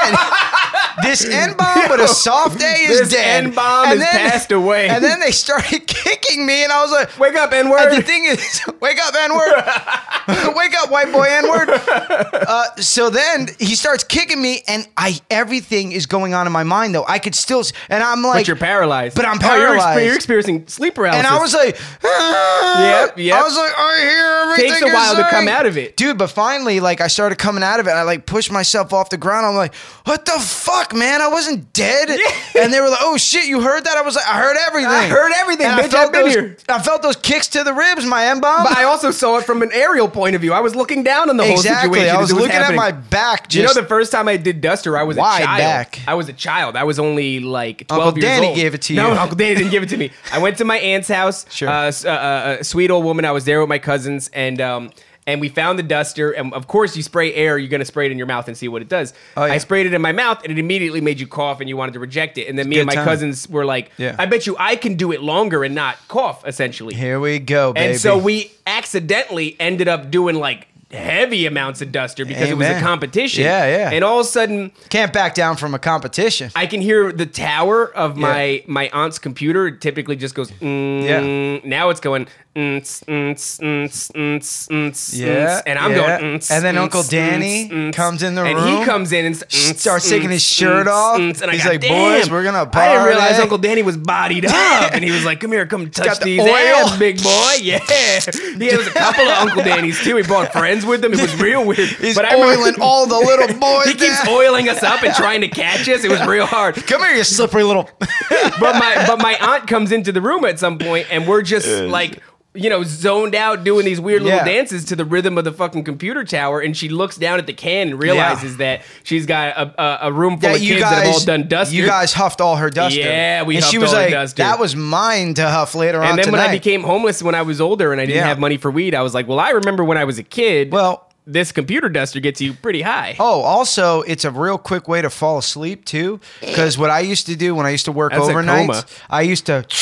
B: this N bomb with a soft A is
C: this
B: dead.
C: N-bomb
B: And
C: has passed away.
B: And then they started kicking me, and I was like,
C: Wake up, N
B: and the
C: word.
B: thing is, wake up, N word. wake up, white boy, N word. Uh, so then he starts kicking me, and I everything is going on in my mind though. I could still, s- and I'm like,
C: But you're paralyzed.
B: But I'm
C: Oh, you're exper-
B: paralyzed.
C: you're experiencing sleep paralysis.
B: and I was like, "Ah."
C: Yep, yep.
B: I was like, I hear everything.
C: Takes a
B: you're
C: while to
B: saying."
C: come out of it.
B: dude. But finally, like, I started coming out of it. and I like pushed myself off the ground. I'm like, what the fuck, man? I wasn't dead. And they were like, oh shit, you heard that? I was like, I heard everything.
C: I heard everything,
B: And I
C: bitch.
B: felt
C: I've been
B: those-
C: here.
B: I felt those kicks to the ribs, my M bomb.
C: But I also saw it from an aerial point of view. I was looking down on the whole
B: Exactly.
C: situation.
B: I
C: as
B: was
C: it
B: looking at
C: happening.
B: my back. Just
C: you know, the first time I did Duster, I was a
B: Wide
C: child.
B: back.
C: I was a child. I was only like twelve
B: Uncle
C: years
B: Danny
C: old.
B: gave it to
C: no,
B: you.
C: Uncle Danny didn't give it to me. I went to my aunt's house.
B: Sure.
C: Uh, s- uh, uh, a sweet old woman. I was there with my cousins, and um, and we found the Duster. And of course, you spray air. You're gonna spray it in your mouth and see what it does.
B: Oh, yeah.
C: I sprayed it in my mouth, and it immediately made you cough, and you wanted to reject it. And then me
B: good
C: and my
B: timing.
C: cousins were like,
B: Yeah.
C: "I bet you I can do it longer and not cough." Essentially,
B: here we go, baby.
C: and so we accidentally ended up doing like heavy amounts of duster because it was
B: Amen.
C: a competition.
B: Yeah, yeah.
C: And all of a sudden,
B: can't back down from a competition.
C: I can hear the tower of my my aunt's computer. It typically just goes. Mm, Now it's going. Mm, mm, mm, mm, mm,
B: Yeah,
C: And I'm
B: yeah.
C: going. Mm,
B: And then
C: mm,
B: Uncle
C: mm,
B: Danny
C: mm,
B: comes in the
C: and
B: room,
C: he comes in and s-
B: starts
C: mm,
B: taking his
C: mm,
B: shirt
C: mm,
B: off.
C: mm, and I
B: He's
C: go,
B: like, "Boys,
C: "Damn,
B: we're gonna
C: I didn't realize
B: party."
C: Uncle Danny was bodied up, and he was like, "Come here, come touch
B: got the
C: these
B: oil.
C: ass, big boy." Yeah, yeah. There's a couple of Uncle Danny's too. He brought friends with him. It was real weird.
B: He's
C: but I
B: oiling
C: remember-
B: all the little boys.
C: He keeps
B: down.
C: oiling us up and trying to catch us. It was real hard.
B: Come here, you slippery little.
C: but my but my aunt comes into the room at some point and we're just like you know zoned out doing these weird little
B: Yeah.
C: dances to the rhythm of the fucking computer tower and she looks down at the can and realizes that she's got a, a, a room full
B: that
C: of
B: you
C: kids
B: guys,
C: that have all done dust
B: you guys huffed all her duster.
C: Yeah, we
B: And she
C: huffed
B: was
C: all her
B: like,
C: duster.
B: "That was mine to huff later on
C: and then
B: tonight."
C: when I became homeless when I was older and I didn't
B: Yeah.
C: have money for weed, I was like, well, I remember when I was a kid.
B: Well-
C: this computer duster gets you pretty high.
B: Oh, also, it's a real quick way to fall asleep too. Because what I used to do when I used to work
C: That's a coma.
B: overnights, I used to,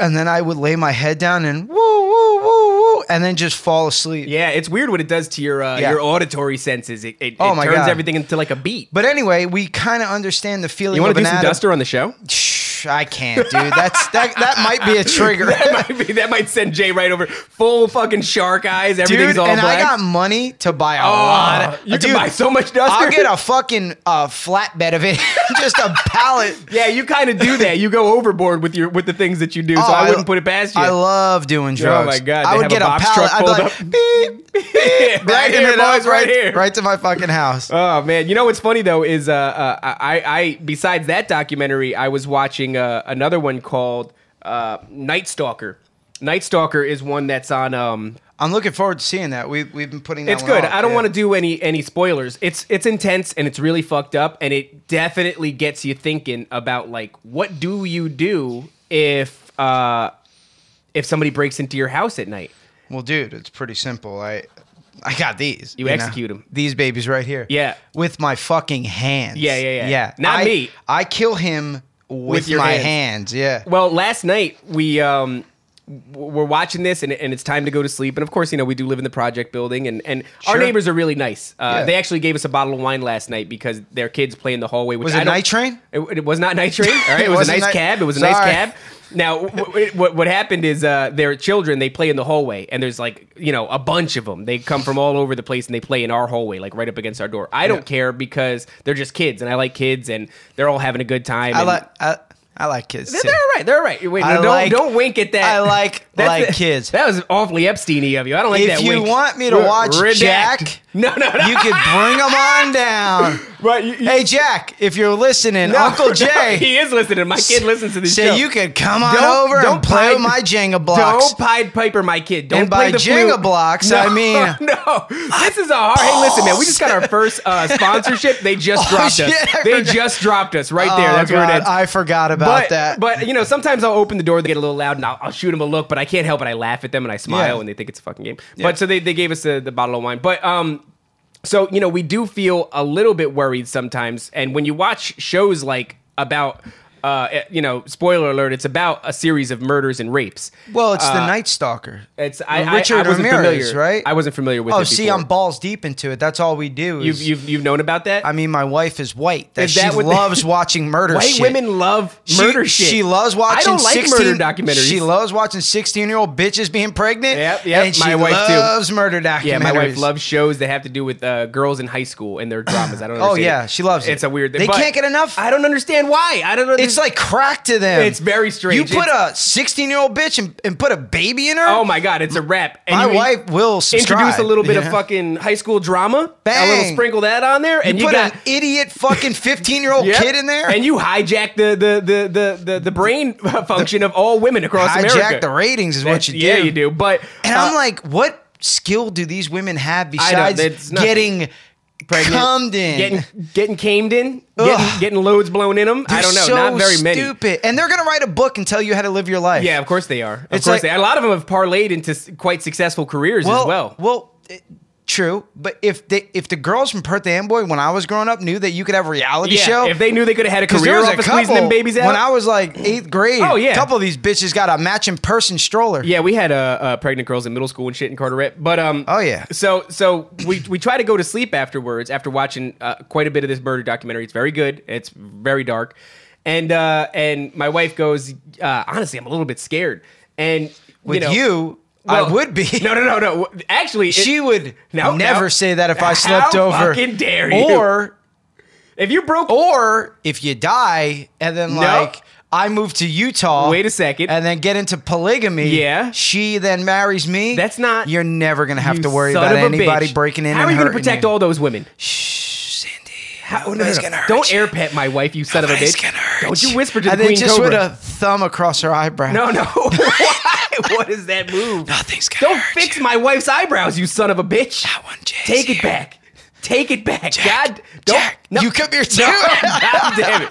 B: and then I would lay my head down and woo woo woo woo, and then just fall asleep.
C: Yeah, it's weird what it does to your uh,
B: Yeah.
C: your auditory senses. It, it,
B: Oh
C: it
B: my
C: turns
B: God.
C: everything into like a beat.
B: But anyway, we kind of understand the feeling
C: you want
B: of
C: to
B: an
C: do some
B: addict.
C: duster on the show?
B: Shh, I can't, dude. That's that. That might be a trigger.
C: that might be that might send Jay right over full fucking shark eyes. Everything's
B: Dude,
C: all
B: and
C: black. Oh,
B: I got money to buy a lot. Of,
C: you can
B: dude,
C: buy so much duster.
B: I'll get a fucking uh, flatbed of it, just a pallet.
C: yeah, you kind of do that. You go overboard with your with the things that you do. so I, wouldn't put it past you.
B: Oh,
C: Oh
B: I love doing drugs.
C: my God,
B: I
C: they
B: would
C: have
B: get
C: a
B: a,
C: box
B: pallet.
C: truck
B: I'd be
C: full
B: like,
C: of-
B: beep, beep,
C: right
B: lighten
C: here,
B: it up
C: boys,
B: right
C: right here.
B: right to my fucking house.
C: Oh man, you know what's funny though is uh, uh I I besides that documentary, I was watching uh, another one called uh, Night Stalker. Night Stalker is one that's on um
B: I'm looking forward to seeing that. We we've been putting that.
C: It's good. I don't want to do any any spoilers. It's it's intense and it's really fucked up and it definitely gets you thinking about like what do you do if uh if somebody breaks into your house at night?
B: Well, dude, it's pretty simple. I I got these.
C: You
B: know?
C: execute 'em.
B: These babies right here.
C: Yeah.
B: With my fucking hands.
C: Yeah, yeah, yeah.
B: Yeah.
C: Not
B: I-
C: me.
B: I kill him with,
C: your
B: my
C: hands.
B: hands. Yeah.
C: Well, last night we um w- we're watching this and, and it's time to go to sleep and of course you know we do live in the project building and, and our
B: Sure.
C: neighbors are really nice uh,
B: Yeah.
C: they actually gave us a bottle of wine last night because their kids play in the hallway which
B: Was
C: I
B: it
C: don't-
B: night train?
C: It, it was not night train. All right,
B: It
C: it was a
B: wasn't
C: nice
B: night-
C: cab. It was a
B: Sorry.
C: nice cab. Now, what, what, what happened is uh, their children they play in the hallway, and there's like you know a bunch of them. They come from all over the place, and they play in our hallway, like right up against our door. I don't care because they're just kids, and I like kids, and they're all having a good time.
B: I
C: and-
B: like I, I like kids.
C: They're,
B: too.
C: they're all right. They're all right. Wait,
B: I
C: no, don't
B: like-
C: don't wink at that.
B: I like- like
C: the-
B: kids.
C: That was awfully Epsteiny of you. I don't like
B: If
C: that.
B: you
C: wink.
B: want me to
C: Re-
B: watch
C: redact.
B: Jack,
C: no, no, no.
B: you could bring them on down.
C: Right, you- you-
B: hey Jack, if you're listening,
C: No,
B: Uncle
C: no,
B: Jay
C: he is listening. My kid listens to this
B: say
C: show.
B: you could come on
C: Don't-
B: over
C: don't
B: and play with
C: Pied-
B: my Jenga blocks.
C: Don't Pied Piper my kid. Don't
B: And
C: play
B: by
C: the
B: Jenga
C: flute.
B: blocks,
C: No,
B: I mean-
C: no. This is a hard. Hey, listen, man. We just got our first uh, sponsorship. They just
B: Oh,
C: dropped
B: shit,
C: us.
B: I
C: They
B: forgot.
C: just dropped us right there.
B: Oh,
C: That's where it
B: God,
C: ends.
B: I forgot about
C: but,
B: that.
C: but you know, sometimes I'll open the door, they get a little loud, and I'll, I'll shoot them a look. But I can't help it; I laugh at them and I smile,
B: Yeah.
C: and they think it's a fucking game.
B: Yeah.
C: But so they, they gave us the, the bottle of wine. But um, so you know we do feel a little bit worried sometimes and when you watch shows like about uh you know spoiler alert it's about a series of murders and rapes Uh,
B: Well, it's the Night Stalker. Uh,
C: it's I, I-
B: Richard
C: I, wasn't
B: Ramirez,
C: familiar
B: right?
C: i wasn't familiar with
B: oh,
C: it
B: see,
C: before.
B: I'm balls deep into it. That's all we do.
C: you've,
B: Is,
C: you've you've known about that
B: I mean, my wife is white. That
C: Is that
B: she
C: what-
B: loves watching murder
C: white
B: shit.
C: women love
B: She-
C: murder shit
B: She loves watching.
C: i don't like
B: 16,
C: murder documentaries
B: She loves watching sixteen-year-old bitches being pregnant.
C: Yep, yep,
B: And she
C: my wife too.
B: loves murder documentaries.
C: yeah, my wife loves shows that have to do with uh, girls in high school and their dramas. I don't.
B: Oh,
C: understand
B: yeah,
C: it.
B: she loves it.
C: It's a weird.
B: They
C: but
B: can't get enough.
C: I don't understand why. I don't. know.
B: It's
C: There's-
B: like crack to them.
C: It's very
B: You
C: strange.
B: put
C: It's-
B: a sixteen-year-old bitch and, and put a baby in her.
C: oh my god, it's a rap. And
B: my
C: you
B: wife will subscribe.
C: introduce a little bit
B: Yeah.
C: of fucking high school drama. A
B: Bang.
C: little sprinkle that on there, and you,
B: put
C: got
B: an idiot fucking fifteen-year-old
C: Yep.
B: kid in there.
C: and you hijack the the the the the, the brain function of all women across
B: hijack
C: America.
B: the ratings is
C: That's-
B: what you do.
C: yeah, you do. But
B: And
C: uh,
B: I'm like, what skill do these women have besides
C: that's nothing.
B: getting
C: pregnant,
B: cummed in?
C: uh, getting getting camed in,
B: Ugh.
C: getting, getting loads blown in them. I
B: They're
C: don't know.
B: so
C: not very many.
B: Stupid. And they're gonna write a book and tell you how to live your life.
C: Yeah, of course they are. Of
B: It's
C: course
B: like-
C: they. A lot of them have parlayed into s- quite successful careers
B: Well,
C: as well.
B: well, it- true. But if they, if the girls from Perth Amboy when I was growing up knew that you could have a reality
C: yeah,
B: show,
C: if they knew they could have had a
B: 'cause there
C: career
B: was
C: off of squeezing them babies out.
B: when I was like eighth grade.
C: Oh, yeah.
B: a couple of these bitches got a matching person stroller.
C: yeah, we had uh, uh, pregnant girls in middle school and shit in Carteret. But um,
B: Oh, yeah.
C: So so we we try to go to sleep afterwards after watching uh, quite a bit of this murder documentary. It's very good. It's very dark, and uh, and my wife goes, uh, honestly, I'm a little bit scared. And
B: with
C: you, know,
B: you, I
C: well,
B: would be.
C: No, no, no, no. Actually, it-
B: she would
C: No,
B: never
C: no.
B: say that if I
C: How
B: slept over.
C: fucking dare you.
B: Or
C: if you broke
B: or if you die and then like I move to Utah.
C: Wait a second.
B: And then get into polygamy.
C: Yeah.
B: She then marries me.
C: That's not-
B: You're never gonna have
C: you
B: to worry
C: son
B: about
C: of a
B: anybody
C: bitch.
B: breaking in.
C: How
B: and
C: are you gonna
B: hurting
C: protect
B: you.
C: all those women?
B: Cindy?
C: How, no, no,
B: Nobody's
C: no.
B: gonna hurt
C: Don't
B: you.
C: air pet my wife, you son of a
B: Nobody's
C: bitch.
B: gonna hurt
C: Don't you
B: you.
C: whisper to
B: And
C: the
B: then
C: queen
B: just with a
C: cobra.
B: thumb across her eyebrow.
C: No, no. Why? What is that move?
B: Nothing's gonna
C: Don't
B: hurt
C: fix
B: you.
C: my wife's eyebrows, you son of a bitch.
B: That one, Jay's
C: Take it
B: here.
C: back. Take it back.
B: Jack,
C: God, don't.
B: Jack, you come here too.
C: God damn it.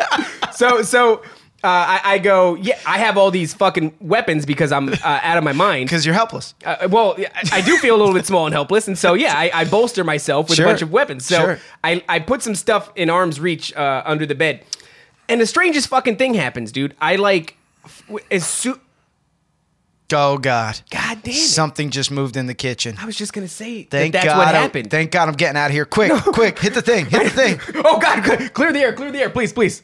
C: So, so. Uh, I, I go, yeah, I have all these fucking weapons because I'm uh, out of my mind.
B: Because you're helpless.
C: uh, well, I, I do feel a little bit small and helpless, and so yeah, I, I bolster myself with
B: Sure.
C: a bunch of weapons. So
B: Sure.
C: I, I put some stuff in arm's reach uh, under the bed, and the strangest fucking thing happens, dude. I like f- w- as soon.
B: Oh God.
C: God damn it!
B: Something just moved in the kitchen.
C: I was just gonna say that
B: Thank
C: that's
B: God.
C: what
B: I'm-
C: happened.
B: Thank God I'm getting out of here. Quick, quick, hit the thing, hit the thing.
C: oh God! cl- Clear the air! Clear the air! Please, please.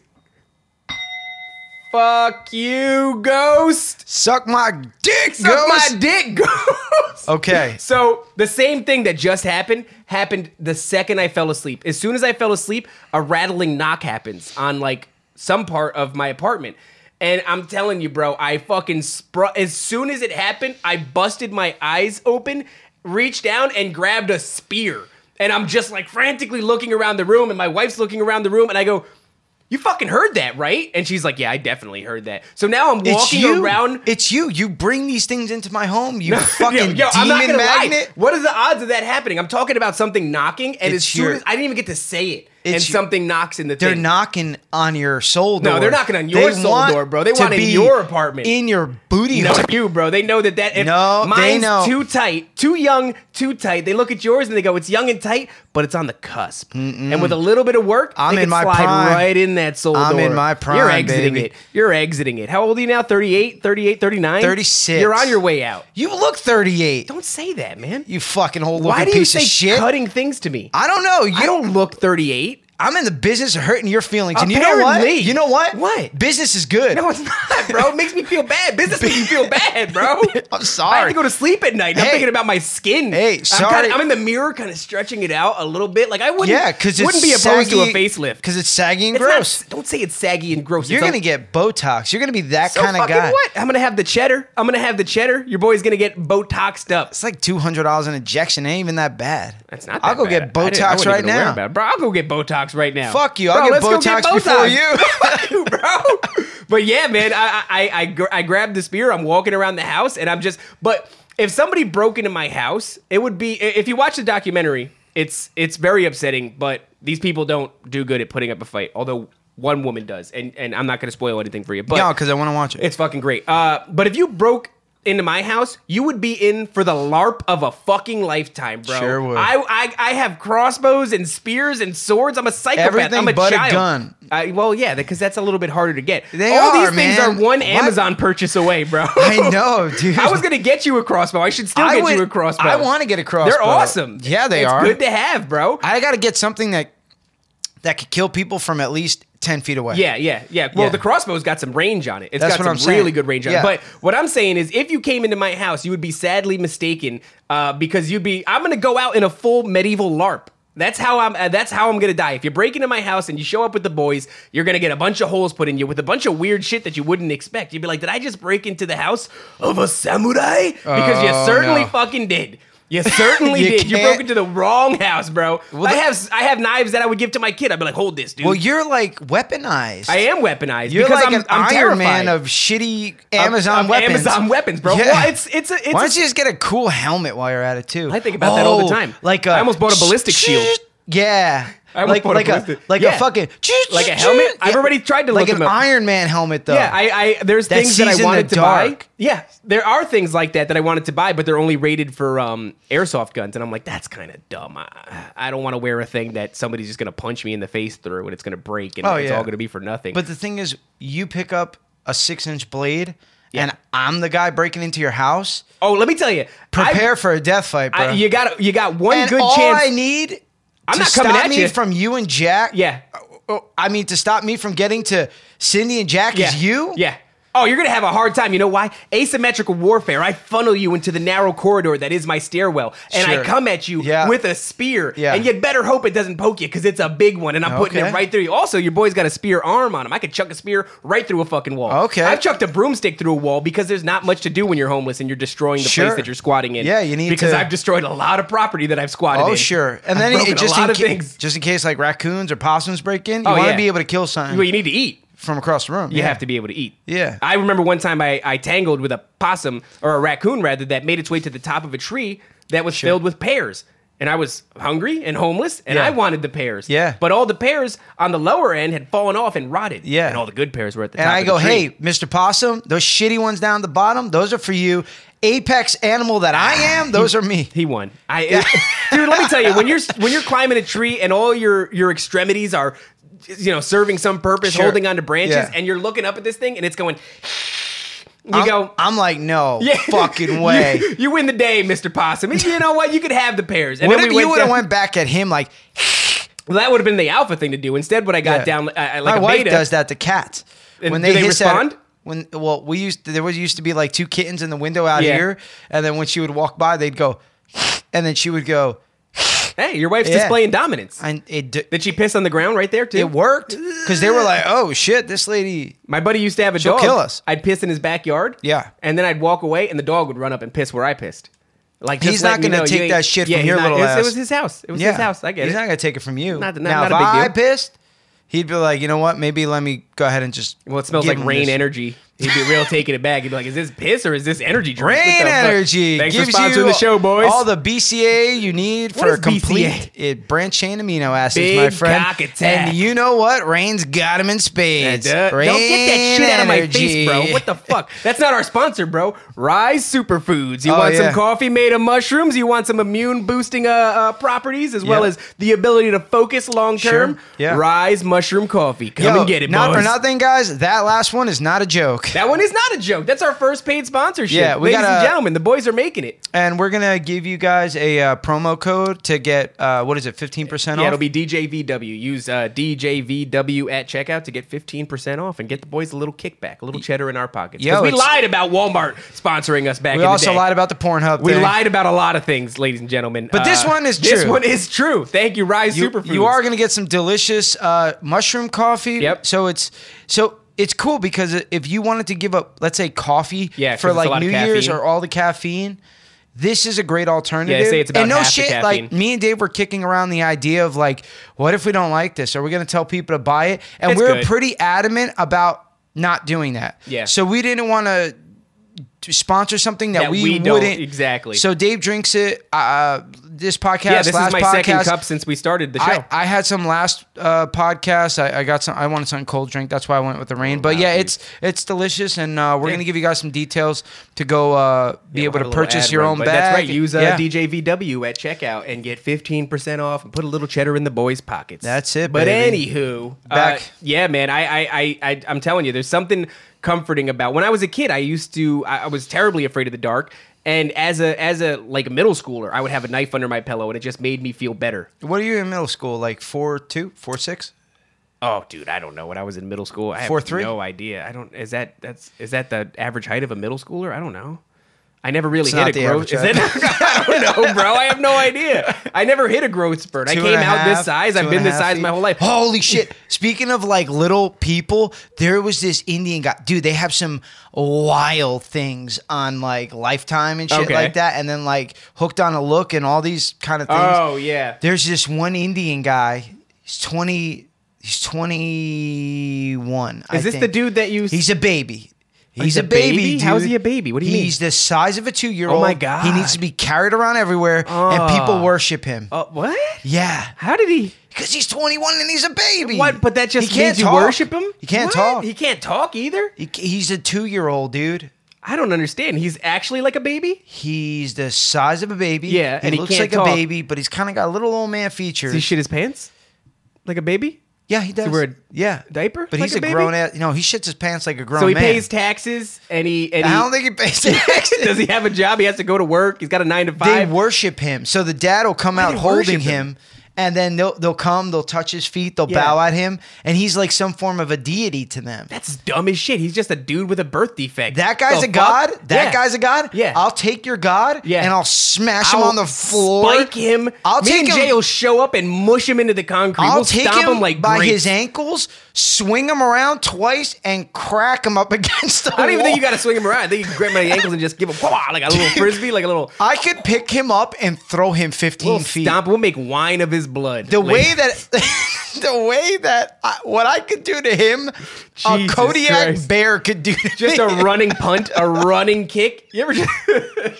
C: Fuck you, ghost!
B: Suck my dick,
C: Suck
B: ghost.
C: my dick, ghost!
B: Okay.
C: So the same thing that just happened happened the second I fell asleep. As soon as I fell asleep, a rattling knock happens on like some part of my apartment. And I'm telling you, bro, I fucking spr- as soon as it happened, I busted my eyes open, reached down and grabbed a spear. And I'm just like frantically looking around the room and my wife's looking around the room and I go, "You fucking heard that, right?" And she's like, "Yeah, I definitely heard that." So now I'm
B: It's
C: walking
B: you.
C: around
B: It's you. You bring these things into my home. You fucking
C: Yo, yo, I'm
B: demon
C: not gonna lie.
B: magnet.
C: What are the odds of that happening? I'm talking about something knocking, and
B: It's
C: as soon
B: your-
C: as I didn't even get to say it,
B: It's
C: and
B: your-
C: something knocks in the
B: They're
C: thing.
B: knocking on your soul
C: No,
B: door.
C: they're knocking on your soul
B: want
C: door, bro. They
B: to
C: want in
B: be
C: your apartment.
B: in your booty
C: No,
B: hole.
C: you, bro. They know that that if
B: No, they
C: mine's
B: know.
C: too tight, too young, too tight. They look at yours and they go, "It's young and tight, but it's on the cusp." And with a little bit of work,
B: I'm
C: they
B: in
C: can
B: my
C: slide
B: prime.
C: right in that soul
B: I'm
C: door.
B: in my prime,
C: You're exiting
B: baby.
C: it. You're exiting it. How old are you now? 38, 38, 39?
B: 36.
C: You're on your way out.
B: You look 38.
C: Don't say that, man.
B: you fucking whole looking
C: Why do you
B: piece
C: say
B: of shit.
C: cutting things to me?
B: I don't know. You,
C: I don't look 38.
B: I'm in the business of hurting your feelings. And you know what?
C: Apparently.
B: You know what?
C: What?
B: Business is good.
C: No, it's not, bro. It makes me feel bad. Business makes me feel bad, bro.
B: I'm
C: I have
B: sorry.
C: to go to sleep at night. and
B: Hey.
C: I'm thinking about my skin.
B: Hey,
C: I'm,
B: sorry.
C: kinda, I'm in the mirror, kind of stretching it out a little bit. Like I wouldn't.
B: yeah, because it
C: wouldn't be opposed to a facelift.
B: Because it's saggy and
C: It's not-
B: gross.
C: don't say it's saggy and gross.
B: You're
C: It's
B: gonna
C: a-
B: get Botox. You're gonna be that
C: so
B: kind of
C: fucking
B: guy.
C: What? I'm gonna have the cheddar. I'm gonna have the cheddar. Your boy's gonna get botoxed up.
B: It's like two hundred dollars an injection. Ain't even that bad.
C: That's not. That
B: I'll go
C: bad.
B: get
C: I didn't- I
B: Botox
C: wasn't
B: right
C: even aware
B: now.
C: about it. bro. I'll go get Botox right now.
B: Fuck you.
C: Bro,
B: I'll get
C: let's go
B: Botox before
C: you, bro. But yeah, man, I I I, I, gr- I grabbed the spear. I'm walking around the house, and I'm just. But if somebody broke into my house, it would be. i- If you watch the documentary, it's it's very upsetting. But these people don't do good at putting up a fight. Although one woman does, and and I'm not going to spoil anything for you. But
B: No, because I want to watch it.
C: it's fucking great. Uh, but if you broke into my house, you would be in for the LARP of a fucking lifetime, bro.
B: Sure would.
C: I, I, I have crossbows and spears and swords. I'm a psychopath.
B: Everything
C: I'm a
B: but a
C: child.
B: gun.
C: I, well, yeah, because that's a little bit harder to get.
B: They
C: All
B: are,
C: these things
B: man.
C: are one
B: What?
C: Amazon purchase away, bro.
B: I know, dude.
C: I was gonna get you a crossbow. I should still
B: I
C: get
B: would-
C: you a crossbow.
B: I wanna get a
C: They're
B: crossbow.
C: awesome.
B: Yeah, they
C: It's
B: are.
C: Good to have, bro.
B: I got to get something that that could kill people from at least ten feet away.
C: Yeah, yeah, yeah. Well,
B: Yeah.
C: the crossbow's got some range on it. It's
B: That's
C: got
B: what
C: some
B: I'm saying.
C: really good range on
B: Yeah.
C: it. But what I'm saying is, if you came into my house, you would be sadly mistaken uh, because you'd be. I'm gonna go out in a full medieval LARP. That's how I'm. Uh, that's how I'm gonna die. If you break into my house and you show up with the boys, you're gonna get a bunch of holes put in you with a bunch of weird shit that you wouldn't expect. You'd be like, "Did I just break into the house of a samurai?" Because
B: Oh,
C: you certainly
B: no.
C: fucking did. You certainly
B: You
C: did. You
B: can't-
C: broke into the wrong house, bro. I have I have knives that I would give to my kid. I'd be like, "Hold this, dude."
B: Well, you're like weaponized.
C: I am weaponized
B: You're
C: because
B: like
C: I'm,
B: an
C: I'm
B: Iron
C: terrified.
B: Man of shitty Amazon
C: of
B: weapons.
C: Amazon weapons, bro.
B: Yeah.
C: Well, it's it's a it's
B: Why
C: a,
B: don't you just get a cool helmet while you're at it too?
C: I think about that all the
B: Oh,
C: time.
B: Like
C: I
B: I
C: almost bought a ballistic shield.
B: Yeah.
C: I almost
B: like
C: bought a
B: like a,
C: ballistic-
B: like a
C: Yeah.
B: fucking
C: Like a helmet? I've already tried to
B: like
C: look
B: an
C: them up.
B: Iron Man helmet though.
C: yeah, I, I there's
B: That
C: things
B: sees in
C: that I
B: the
C: wanted to
B: dark.
C: buy. Yeah, there are things like that that I wanted to buy, but they're only rated for um, airsoft guns, and I'm like, that's kind of dumb. I, I don't want to wear a thing that somebody's just gonna punch me in the face through, and it's gonna break, and
B: Oh,
C: it's
B: yeah.
C: all gonna be for nothing.
B: But the thing is, you pick up a six inch blade,
C: Yeah.
B: and I'm the guy breaking into your house.
C: oh, let me tell you,
B: Prepare for a death fight,
C: I,
B: bro.
C: I, you got you got one
B: and
C: good
B: all
C: chance.
B: I need
C: I'm
B: to
C: not
B: stop
C: coming at
B: me
C: you.
B: from you and Jack.
C: Yeah.
B: oh, I mean to stop me from getting to Cindy and Jack
C: yeah.
B: is you.
C: Yeah. Oh, you're gonna have a hard time. You know why? Asymmetrical warfare. I funnel you into the narrow corridor that is my stairwell, and
B: Sure.
C: I come at you
B: Yeah.
C: with a spear.
B: Yeah.
C: And you better hope it doesn't poke you because it's a big one, and I'm putting
B: Okay.
C: it right through you. Also, your boy's got a spear arm on him. I could chuck a spear right through a fucking wall.
B: Okay.
C: I've chucked a broomstick through a wall because there's not much to do when you're homeless and you're destroying the
B: Sure.
C: place that you're squatting in.
B: Yeah, you need
C: because
B: to-
C: I've destroyed a lot of property that I've squatted in.
B: Oh sure, and then
C: I've
B: it,
C: broken
B: just
C: a lot
B: in
C: of
B: ca-
C: things.
B: just in case like raccoons or possums break in, you
C: Oh,
B: want to
C: yeah.
B: be able to kill something
C: Well, you need to eat.
B: from across the room.
C: You have to be able to eat.
B: Yeah.
C: I remember one time I, I tangled with a possum or a raccoon rather that made its way to the top of a tree that was filled with pears. And I was hungry and homeless and
B: Yeah.
C: I wanted the pears.
B: Yeah.
C: But all the pears on the lower end had fallen off and rotted.
B: Yeah.
C: And all the good pears were at the
B: And
C: top.
B: I
C: of
B: go,
C: the tree.
B: hey, Mr. Possum, those shitty ones down the bottom, those are for you. Apex animal that I am, those are me.
C: He won. I dude, let me tell you, when you're when you're climbing a tree and all your your extremities are you know serving some purpose,
B: Sure.
C: holding onto branches,
B: Yeah. Uh,
C: and you're looking up at this thing and it's going. You
B: I'm,
C: go.
B: I'm like, no
C: Yeah.
B: fucking way.
C: You, you win the day, Mr. Possum. And you know what? You could have the pairs. And
B: what
C: then
B: if
C: we
B: you would have
C: down-
B: went back at him like,
C: Well, that would have been the alpha thing to do. Instead, what I got
B: Yeah.
C: down uh, like
B: my
C: a
B: wife
C: beta.
B: does that to cats.
C: And
B: when
C: do
B: they,
C: they
B: hiss at-
C: respond?
B: when well, we used there was used to be like two kittens in the window out
C: Yeah.
B: here, and then when she would walk by, they'd go, and then she would go,
C: Hey, your wife's
B: Yeah.
C: displaying dominance.
B: and it d-
C: Did she piss on the ground right there too?
B: it worked because they were like, oh shit, this lady.
C: My buddy used to have a
B: She'll
C: dog.
B: kill us.
C: I'd piss in his backyard.
B: Yeah.
C: and then I'd walk away, and the dog would run up and piss where I pissed. Like just
B: He's not
C: letting me
B: gonna
C: know,
B: take
C: you ain't-
B: that shit
C: yeah,
B: from
C: he's
B: your
C: not-
B: little
C: it was,
B: ass.
C: It was his house. It was his house. I get
B: He's
C: it.
B: not gonna take it from you.
C: Not- not-
B: now,
C: not a
B: if
C: big
B: I
C: deal.
B: pissed, he'd be like, you know what? Maybe let me go ahead and just.
C: well, it smells
B: give
C: like
B: him
C: rain
B: this."
C: energy. He'd be real taking it back. He'd be like, "Is this piss or is this energy drink?" What
B: Rain
C: the fuck?
B: energy
C: Thanks
B: gives
C: for sponsoring
B: you
C: the show, boys.
B: All the BCA you need for
C: is
B: a complete
C: BCAA?
B: it, branch chain amino acids,
C: Big
B: my friend.
C: cock attack.
B: and you know what? Rain's got him in spades.
C: Yeah, duh. Don't get that
B: Rain
C: shit out of my
B: energy.
C: face, bro. What the fuck? That's not our sponsor, bro. Rise Superfoods. You
B: Oh,
C: want
B: yeah.
C: some coffee made of mushrooms? You want some immune boosting uh, uh, properties as well
B: Yep.
C: as the ability to focus long term?
B: Sure. Yeah.
C: Rise Mushroom Coffee. Come
B: Yo,
C: and get it,
B: Not
C: boys.
B: for nothing, guys. That last one is not a joke.
C: that one is not a joke. That's our first paid sponsorship.
B: Yeah, we
C: Ladies and
B: gotta-
C: gentlemen, the boys are making it.
B: and we're gonna give you guys a uh, promo code to get uh, what is it, fifteen percent
C: Yeah,
B: off?
C: it'll be DJVW. Use uh, DJVW at checkout to get 15% off and get the boys a little kickback, a little cheddar in our pockets.
B: Yo,
C: Because we
B: it's-
C: lied about Walmart sponsoring us back
B: we
C: in
B: also
C: the day.
B: lied about the Pornhub.
C: We
B: thing.
C: lied about a lot of things, ladies and gentlemen. Uh,
B: But this one is
C: This
B: true.
C: one is true. Thank you, Rise
B: you,
C: Superfoods.
B: you are going to get some delicious uh, mushroom coffee.
C: Yep.
B: So it's so it's cool because if you wanted to give up, let's say, coffee
C: Yeah, 'cause
B: for
C: it's a
B: like
C: lot of
B: New Year's
C: caffeine.
B: or all the caffeine. This is a great alternative.
C: say it's about
B: and no
C: half the
B: shit. like
C: caffeine.
B: me and Dave were kicking around the idea of like, what if we don't like this? Are we going to tell people to buy it? And
C: It's
B: we were
C: good.
B: pretty adamant about not doing that.
C: Yeah.
B: So we didn't want to sponsor something that,
C: That
B: we,
C: we don't-
B: wouldn't
C: exactly.
B: So Dave drinks it. Uh, this podcast,
C: Yeah, this
B: last
C: is my
B: podcast.
C: second cup since we started the show.
B: I, I had some last uh, podcast. I, I got some. I wanted some cold drink. That's why I went with the rain. but yeah, it's it's delicious, and uh, we're
C: Oh, Yeah.
B: gonna give you guys some details to go uh, be
C: Yeah,
B: able
C: we'll
B: to
C: have a little
B: purchase
C: ad
B: your
C: run,
B: own
C: but
B: bag.
C: That's right. Use uh,
B: Yeah.
C: DJVW at checkout and get 15% off and put a little cheddar in the boys' pockets.
B: That's it,
C: But
B: baby.
C: anywho, uh,
B: Back.
C: yeah, man. I, I, I, I, I'm telling you, there's something comforting about when I was a kid. I used to. I, I was terribly afraid of the dark. And as a as a like middle schooler, I would have a knife under my pillow, and it just made me feel better.
B: What are you in middle school? Like four two, four six?
C: Oh, dude, I don't know. When I was in middle school, I have
B: 4'3"?
C: no idea. I don't. Is that that's is that the average height of a middle schooler? I don't know. I never really
B: not
C: hit
B: the
C: a growth.
B: average
C: Is it, I don't know, bro. I have no idea. I never hit a growth spurt. I
B: Two
C: came
B: and a
C: out this
B: half,
C: size.
B: two
C: I've
B: and
C: been
B: a
C: this
B: half Oh,
C: size
B: feet.
C: my whole life.
B: Holy shit! Speaking of like little people, there was this Indian guy. Dude, they have some wild things on like Lifetime and shit
C: Okay.
B: like that, and then like Hooked on a Look and all these kind of things.
C: Oh yeah.
B: There's this one Indian guy. He's twenty. He's twenty one.
C: Is this the dude that you?
B: He's a baby. He's,
C: he's
B: a
C: a
B: baby.
C: baby?
B: dude.
C: How is he a baby? What do you
B: he's
C: mean?
B: He's the size of a two year old.
C: Oh my God.
B: He needs to be carried around everywhere, and people
C: Oh.
B: worship him.
C: Uh, what?
B: Yeah,
C: How did he?
B: because he's twenty one and he's a baby.
C: What? But that just
B: He can't
C: means you
B: talk.
C: worship him.
B: He can't
C: What?
B: talk.
C: He can't talk either.
B: He- he's a two year old dude.
C: I don't understand. He's actually like a baby.
B: He's the size of a baby.
C: Yeah,
B: he
C: and he
B: looks
C: can't
B: like
C: talk.
B: a baby, but he's kind of got little old man features.
C: Does he shit his pants like a baby?
B: yeah, he does.
C: he wear a
B: yeah,
C: diaper
B: But
C: like
B: he's
C: a
B: a,
C: baby?
B: grown ass. No, he shits his pants like a grown.
C: So he
B: man.
C: pays taxes and he and he,
B: I don't think he pays taxes.
C: Does he have a job? He has to go to work. He's got a nine to
B: they
C: five.
B: worship him. So the dad will come out
C: they
B: holding
C: worship
B: him,
C: him?
B: and then they'll they'll come, they'll touch his feet, they'll
C: Yeah.
B: bow at him, and he's like some form of a deity to them.
C: That's dumb as shit. He's just a dude with a birth defect.
B: That guy's
C: The
B: a
C: fuck?
B: god. That
C: Yeah.
B: guy's a god.
C: Yeah.
B: I'll take your god.
C: Yeah.
B: And I'll smash him
C: I'll
B: on the floor.
C: Spike him.
B: I'll
C: Me
B: take
C: and
B: him.
C: Jay will show up and mush him into the concrete.
B: I'll
C: we'll
B: take
C: stomp
B: him,
C: him, like
B: by
C: grapes.
B: his ankles, swing him around twice, and crack him up against the
C: I don't even think
B: wall.
C: you got to swing him around. I think you can grab him by the ankles and just give him wah, like a little frisbee, like a little,
B: I could pick him up and throw him 15
C: little
B: feet.
C: stomp. We'll make wine of his blood.
B: the
C: Like,
B: way that the way that I, what I could do to him, a
C: Jesus
B: Kodiak
C: Christ.
B: bear could do to
C: just a
B: me.
C: running punt, a running kick. You ever?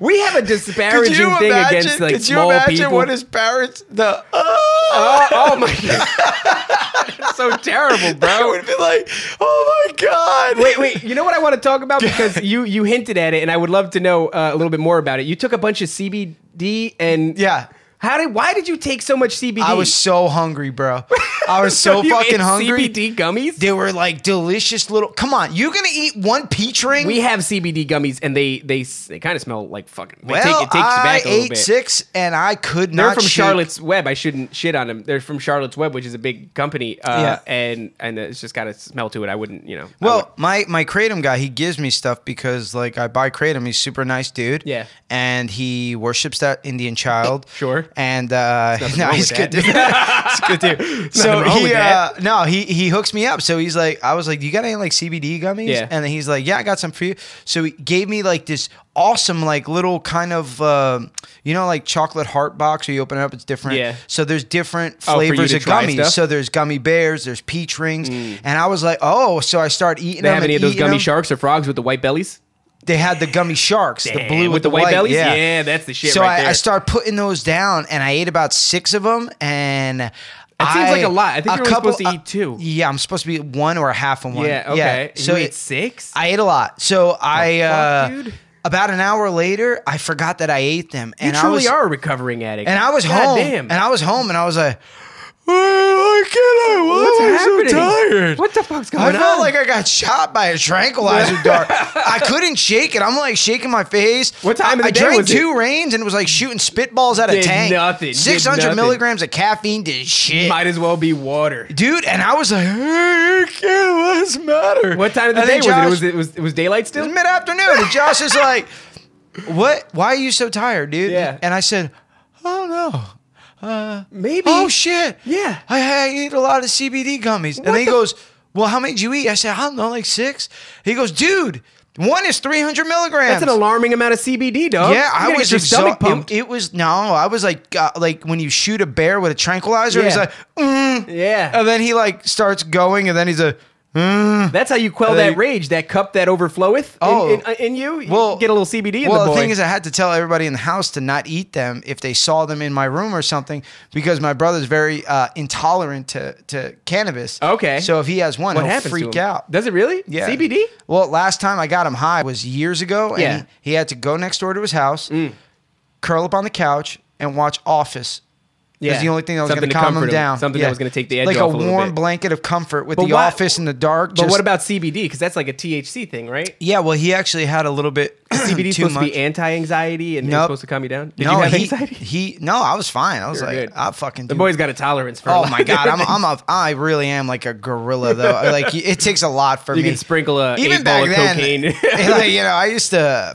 C: we have a
B: Could
C: disparaging
B: you
C: thing
B: imagine?
C: against like
B: could you
C: small
B: imagine
C: people.
B: what his parents? The
C: Oh, oh my god! That's so terrible,
B: I
C: bro.
B: would be like, oh my god.
C: Wait, wait. You know what I want to talk about because you you hinted at it, and I would love to know uh, a little bit more about it. You took a bunch of CBD, and
B: Yeah.
C: how did why did you take so much CBD?
B: I was so hungry, bro. I was so,
C: you
B: fucking
C: ate
B: hungry.
C: CBD gummies.
B: They were like delicious little. Come on, you gonna eat one peach ring?
C: we have CBD gummies, and they they s- they kind of smell like fucking. They
B: well,
C: take, it takes you
B: I
C: back a little
B: ate
C: bit.
B: six, and I could
C: They're
B: not.
C: from
B: shoot.
C: Charlotte's Web. I shouldn't shit on them. They're from Charlotte's Web, which is a big company. Uh,
B: Yeah.
C: and and it's just got a smell to it. I wouldn't, you know. I would-
B: Well, my my kratom guy, he gives me stuff because like I buy kratom. He's a super nice dude.
C: Yeah.
B: and he worships that Indian child.
C: Sure.
B: And uh, no,
C: wrong
B: he's
C: with
B: good. Dude. he's a good dude.
C: Nothing
B: so
C: wrong
B: he
C: with
B: uh,
C: that.
B: no he he hooks me up. So he's like, I was like, you got any like CBD gummies?
C: Yeah.
B: And then he's like, yeah, I got some for you. So he gave me like this awesome like little kind of uh, you know like chocolate heart box where you open it up it's different
C: Yeah.
B: so there's different
C: Oh, for you
B: flavors
C: to
B: of
C: try
B: gummies
C: stuff?
B: so there's gummy bears there's peach rings and i was like oh so i start eating
C: Mm. They
B: them
C: have
B: and
C: any of those
B: eating
C: gummy
B: them.
C: sharks or frogs with the white bellies?
B: They had the gummy sharks, the blue with, the,
C: white, bellies?
B: Yeah.
C: Yeah. that's the shit
B: so
C: right
B: I,
C: there.
B: I start putting those down, and I ate about six of them, and it
C: seems like a lot. I think you're only supposed to eat two.
B: uh, Yeah, I'm supposed to be one or a half of one.
C: yeah, okay.
B: So
C: So
B: it-
C: it's six?
B: I ate a lot. So I
C: Oh, fuck,
B: uh,
C: dude?
B: about an hour later, I forgot that I ate them,
C: you
B: and
C: truly
B: I was
C: are a recovering addict.
B: and I was
C: God
B: home,
C: Damn.
B: and I was home, and I was like, why can't I? Why
C: What's
B: am I
C: happening?
B: so tired?
C: What the fuck's
B: I
C: going
B: felt
C: on?
B: like I got shot by a tranquilizer dart. I couldn't shake it. I'm like shaking my face.
C: What time of
B: I,
C: the day
B: I drank
C: was it?
B: two rains and it was like shooting spitballs out of
C: Did
B: tank.
C: nothing, did
B: 600
C: nothing.
B: milligrams of caffeine did shit.
C: Might as well be water.
B: Dude, and I was like, hey, kid, what's the matter?
C: What time of the
B: And
C: day
B: then
C: was
B: Josh,
C: it? Was it, was, it was daylight still?
B: mid afternoon. And Josh is like, what? Why are you so tired, dude?
C: Yeah.
B: And I said, I don't know.
C: Maybe.
B: Oh shit!
C: Yeah.
B: I, I eat a lot of CBD gummies, and
C: What
B: he
C: the-
B: goes, "Well, how many did you eat?" I said, "I don't know, like six. He goes, "Dude, one is three hundred milligrams."
C: That's an alarming amount of CBD, dog.
B: Yeah,
C: You
B: I
C: gotta
B: was
C: get your stomach
B: exhausted.
C: pumped.
B: It, it was no, I was like, uh, like when you shoot a bear with a tranquilizer, he's
C: Yeah.
B: like, mm.
C: yeah.
B: and then he like starts going, and then he's a.
C: That's how you quell
B: They-
C: that rage, that cup that overfloweth
B: Mm. Uh,
C: in,
B: Oh.
C: in, uh, in you. You
B: Well,
C: get a little CBD in
B: well,
C: the boy.
B: thing is, I had to tell everybody in the house to not eat them if they saw them in my room or something because my brother's very uh, intolerant to, to cannabis.
C: Okay.
B: So if he has one,
C: what
B: he'll
C: happens? to
B: freak
C: him?
B: out.
C: Does it really?
B: Yeah.
C: CBD.
B: Well, last time I got him high was years ago, and
C: Yeah. Mm.
B: he, he had to go next door to his house, curl up on the couch, and watch Office. Yeah.
C: Yeah.
B: the only thing that was going
C: Something
B: to
C: to
B: calm
C: comfort
B: him
C: him.
B: down.
C: Something that was gonna take the edge
B: like
C: off
B: a
C: a little
B: warm
C: bit.
B: blanket of comfort with
C: But
B: the
C: why-
B: office in the dark.
C: But
B: just-
C: what about CBD? Because that's like a THC thing, right?
B: Yeah, well, he actually had a little bit
C: CBD is
B: too
C: supposed
B: much.
C: to be anti-anxiety and
B: Nope.
C: it's supposed to calm you down. Did
B: no,
C: you have
B: he,
C: anxiety?
B: he no, I was fine. I was
C: You're
B: like,
C: good.
B: I fucking.
C: the
B: do-
C: boy's got a tolerance for. a
B: Oh
C: lot
B: my
C: of
B: god, I'm
C: different
B: I'm a I really am like a gorilla though. Like it takes a lot for
C: You
B: me.
C: can sprinkle a Uh, eight ball of cocaine.
B: like, you know, I used to.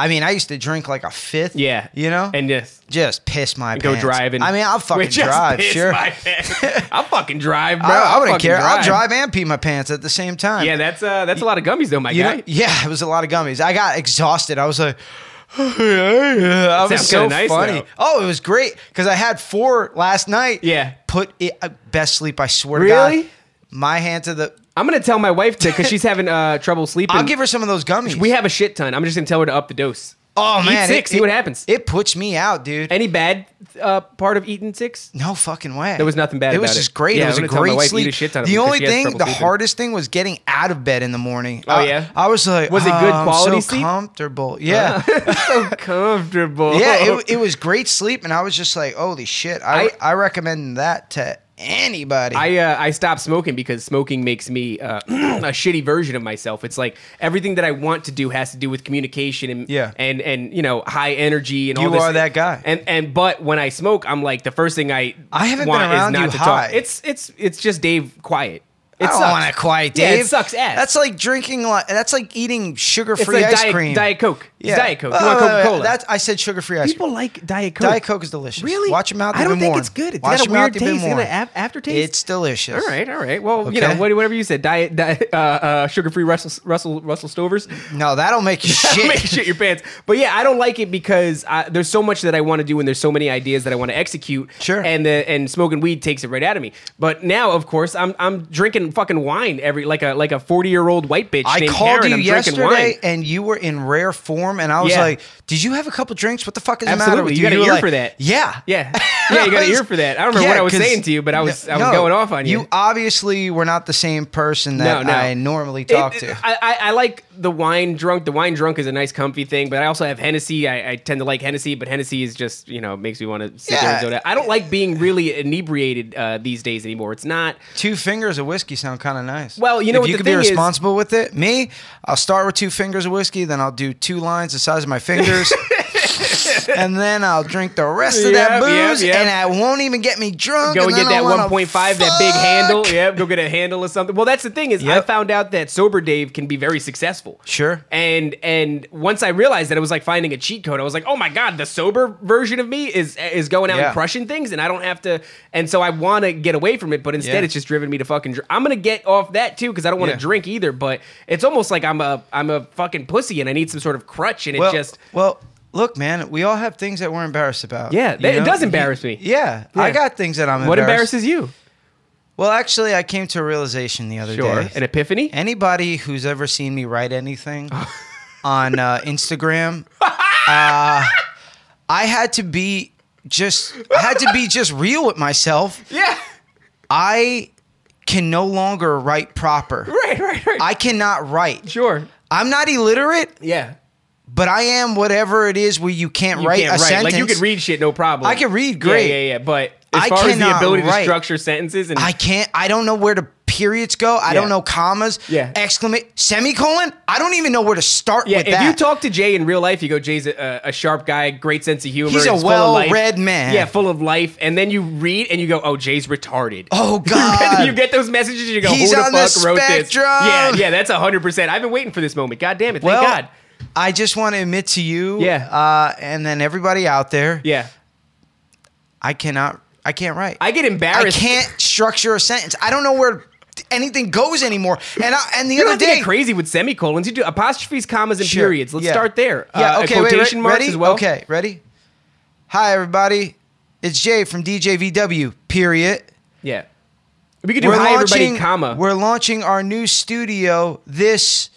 B: I mean, I used to drink like a fifth.
C: Yeah,
B: you know,
C: and just
B: just piss my
C: go
B: pants.
C: driving.
B: I mean, I'll fucking
C: Wait, just
B: drive.
C: piss
B: Sure,
C: my pants. I'll fucking drive, bro.
B: I, I
C: I'll
B: wouldn't
C: fucking
B: care. I'll drive and pee my pants at the same time.
C: Yeah, that's uh, that's a lot of gummies though, my
B: You
C: guy.
B: know- yeah, it was a lot of gummies. I got exhausted. I was like, I was
C: sounds
B: so
C: kinda nice,
B: funny.
C: though.
B: Oh, it was great because I had four last night.
C: Yeah.
B: put it uh, best sleep. I swear to God,
C: Really?
B: my hand to the.
C: I'm gonna tell my wife to because she's having uh, trouble sleeping.
B: I'll give her some of those gummies.
C: we have a shit ton. I'm just gonna tell her to up the dose.
B: oh
C: Eat
B: man,
C: six,
B: it,
C: see what
B: it-
C: happens.
B: It puts me out, dude.
C: Any bad uh, part of eating six?
B: No fucking way.
C: There was nothing bad
B: It was
C: about
B: just
C: it.
B: great.
C: Yeah,
B: it was
C: I'm
B: a
C: gonna tell my
B: great
C: wife to
B: sleep.
C: eat a shit ton of
B: the
C: them 'cause
B: only
C: she has
B: thing, the
C: trouble sleeping.
B: hardest thing was getting out of bed in the morning.
C: Oh,
B: I-
C: yeah?
B: I was like,
C: Was it good
B: "Oh, I'm
C: quality
B: so
C: sleep?"
B: Comfortable. Yeah.
C: so comfortable.
B: yeah, it, it was great sleep, and I was just like, holy shit. I,
C: Oh. I-
B: I, recommend that to anybody.
C: I uh, I stopped smoking because smoking makes me uh, a shitty version of myself. It's like everything that I want to do has to do with communication and
B: Yeah.
C: and and you know high energy and all
B: You
C: this.
B: are that guy.
C: And and but when I smoke, I'm like the first thing I
B: I haven't been
C: want
B: around
C: is
B: you
C: not to
B: high.
C: talk. It's it's it's just Dave quiet. It
B: I don't
C: sucks.
B: want to quiet
C: Yeah,
B: Dave.
C: it sucks ass.
B: That's like drinking. li- That's like eating
C: it's
B: sugar-free
C: like
B: ice
C: diet,
B: cream.
C: Diet Coke. It's
B: Yeah.
C: Diet Coke. You
B: Oh,
C: want
B: wait, wait,
C: Coca Cola?
B: That's I said sugar-free ice
C: People
B: cream.
C: like Diet Coke.
B: Diet Coke is delicious.
C: Really?
B: Watch your mouth.
C: I don't
B: even
C: think
B: more.
C: it's good. It's
B: Watch
C: got a
B: your mouth
C: weird
B: even
C: taste. It's got
B: more.
C: an af- aftertaste.
B: It's delicious.
C: All right, all right. Well, you know,
B: Okay.
C: what- whatever you said, diet, diet uh, uh, sugar-free Russell, Russell, Russell Stovers.
B: No, that'll make you shit.
C: Make shit your pants. But yeah, I don't like it because I, there's so much that I want to do and there's so many ideas that I want to execute.
B: Sure.
C: And the, and smoking weed takes it right out of me. But now, of course, I'm I'm drinking fucking wine every like a like a 40 year old white bitch.
B: I
C: named
B: called
C: Karen.
B: you
C: I'm drinking wine.
B: yesterday and you were in rare form, and I was
C: Yeah.
B: like, "Did you have a couple drinks? What the fuck is the matter
C: Absolutely.
B: with
C: You
B: you?"
C: got an
B: were
C: ear
B: like,
C: for that.
B: Yeah,
C: Yeah. Yeah, you got an ear for that. I don't remember what I was
B: 'cause-
C: saying to you, but I was- I was
B: no,
C: going off on you.
B: You obviously were not the same person that
C: No, no.
B: I normally talk
C: It-
B: to.
C: I, I, I like the wine drunk. The wine drunk is a nice, comfy thing, but I also have Hennessy. I, I tend to like Hennessy, but Hennessy is just you know makes me want to sit there and
B: Yeah.
C: go down. I don't like being really inebriated uh, these days anymore. It's not.
B: two fingers of whiskey sound kind of nice.
C: Well, you know
B: if
C: what
B: you
C: the
B: could
C: thing
B: be
C: is-
B: responsible with it. Me, I'll start with two fingers of whiskey, then I'll do two lines the size of my fingers. And then I'll drink the rest of that
C: Yep, yep,
B: booze,
C: yep.
B: and I won't even get me drunk.
C: Go
B: and
C: and get
B: then
C: that
B: I'll wanna
C: 1.5, that big
B: fuck.
C: handle. Yep, go get a handle or something. Well, that's the thing is, I
B: Yep.
C: found out that sober Dave can be very successful.
B: Sure.
C: And and once I realized that it was like finding a cheat code, I was like, oh my god, the sober version of me is is going out
B: Yeah.
C: and crushing things, and I don't have to. And so I want to get away from it, but instead
B: Yeah.
C: it's just driven me to fucking. Dr- I'm gonna get off that too because I don't want to
B: Yeah.
C: drink either. But it's almost like I'm a I'm a fucking pussy, and I need some sort of crutch, and
B: Well,
C: it just
B: well, look, man, we all have things that we're embarrassed about.
C: Yeah,
B: you
C: that- it does
B: You-
C: embarrass me.
B: Yeah, I
C: Yeah.
B: got things that I'm.
C: what
B: embarrassed.
C: embarrasses you?
B: Well, actually, I came to a realization the other
C: Sure,
B: day.
C: an epiphany.
B: Anybody who's ever seen me write anything
C: Oh.
B: on uh, Instagram, uh, I had to be just I had to be just real with myself.
C: yeah,
B: I can no longer write proper.
C: right, right, right.
B: I cannot write.
C: sure.
B: I'm not illiterate,
C: Yeah.
B: but I am whatever it is where you can't
C: you
B: write
C: can't
B: a
C: write.
B: sentence.
C: Like you could read shit, no problem.
B: I can read great.
C: Yeah, yeah, yeah. But as
B: I
C: far as the
B: cannot
C: ability
B: write.
C: to structure sentences and
B: I can't. I don't know where the periods go. I
C: Yeah.
B: don't know commas.
C: Yeah.
B: Exclamation. Semicolon. I don't even know where to start
C: yeah,
B: with
C: if
B: that.
C: you talk to Jay in real life, you go, Jay's a, a sharp guy, great sense of humor.
B: He's a
C: full of life."
B: well-read man.
C: Yeah, full of life. And then you read and you go, oh, Jay's retarded.
B: oh
C: And
B: God.
C: you get those messages and you go,
B: He's
C: who the
B: on the
C: fuck wrote this?
B: spectrum.
C: Yeah, yeah, that's 100%. I've been waiting for this moment. God damn it.
B: well,
C: Thank God.
B: I just want to admit to you.
C: Yeah.
B: Uh, and then everybody out there.
C: Yeah.
B: I cannot. I can't write.
C: I get
B: I
C: embarrassed.
B: can't structure a sentence. I don't know where anything goes anymore. And I, and the
C: You
B: other
C: don't have to
B: day.
C: get crazy with semicolons. You do apostrophes, commas, and
B: Sure.
C: periods. Let's
B: Yeah.
C: start there.
B: Yeah.
C: Uh,
B: okay. wait,
C: Quotation
B: wait,
C: marks
B: ready?
C: as well.
B: Okay. Ready? Hi, everybody. It's Jay from DJVW. Period.
C: Yeah. We could do hi everybody, comma.
B: We're launching our new studio this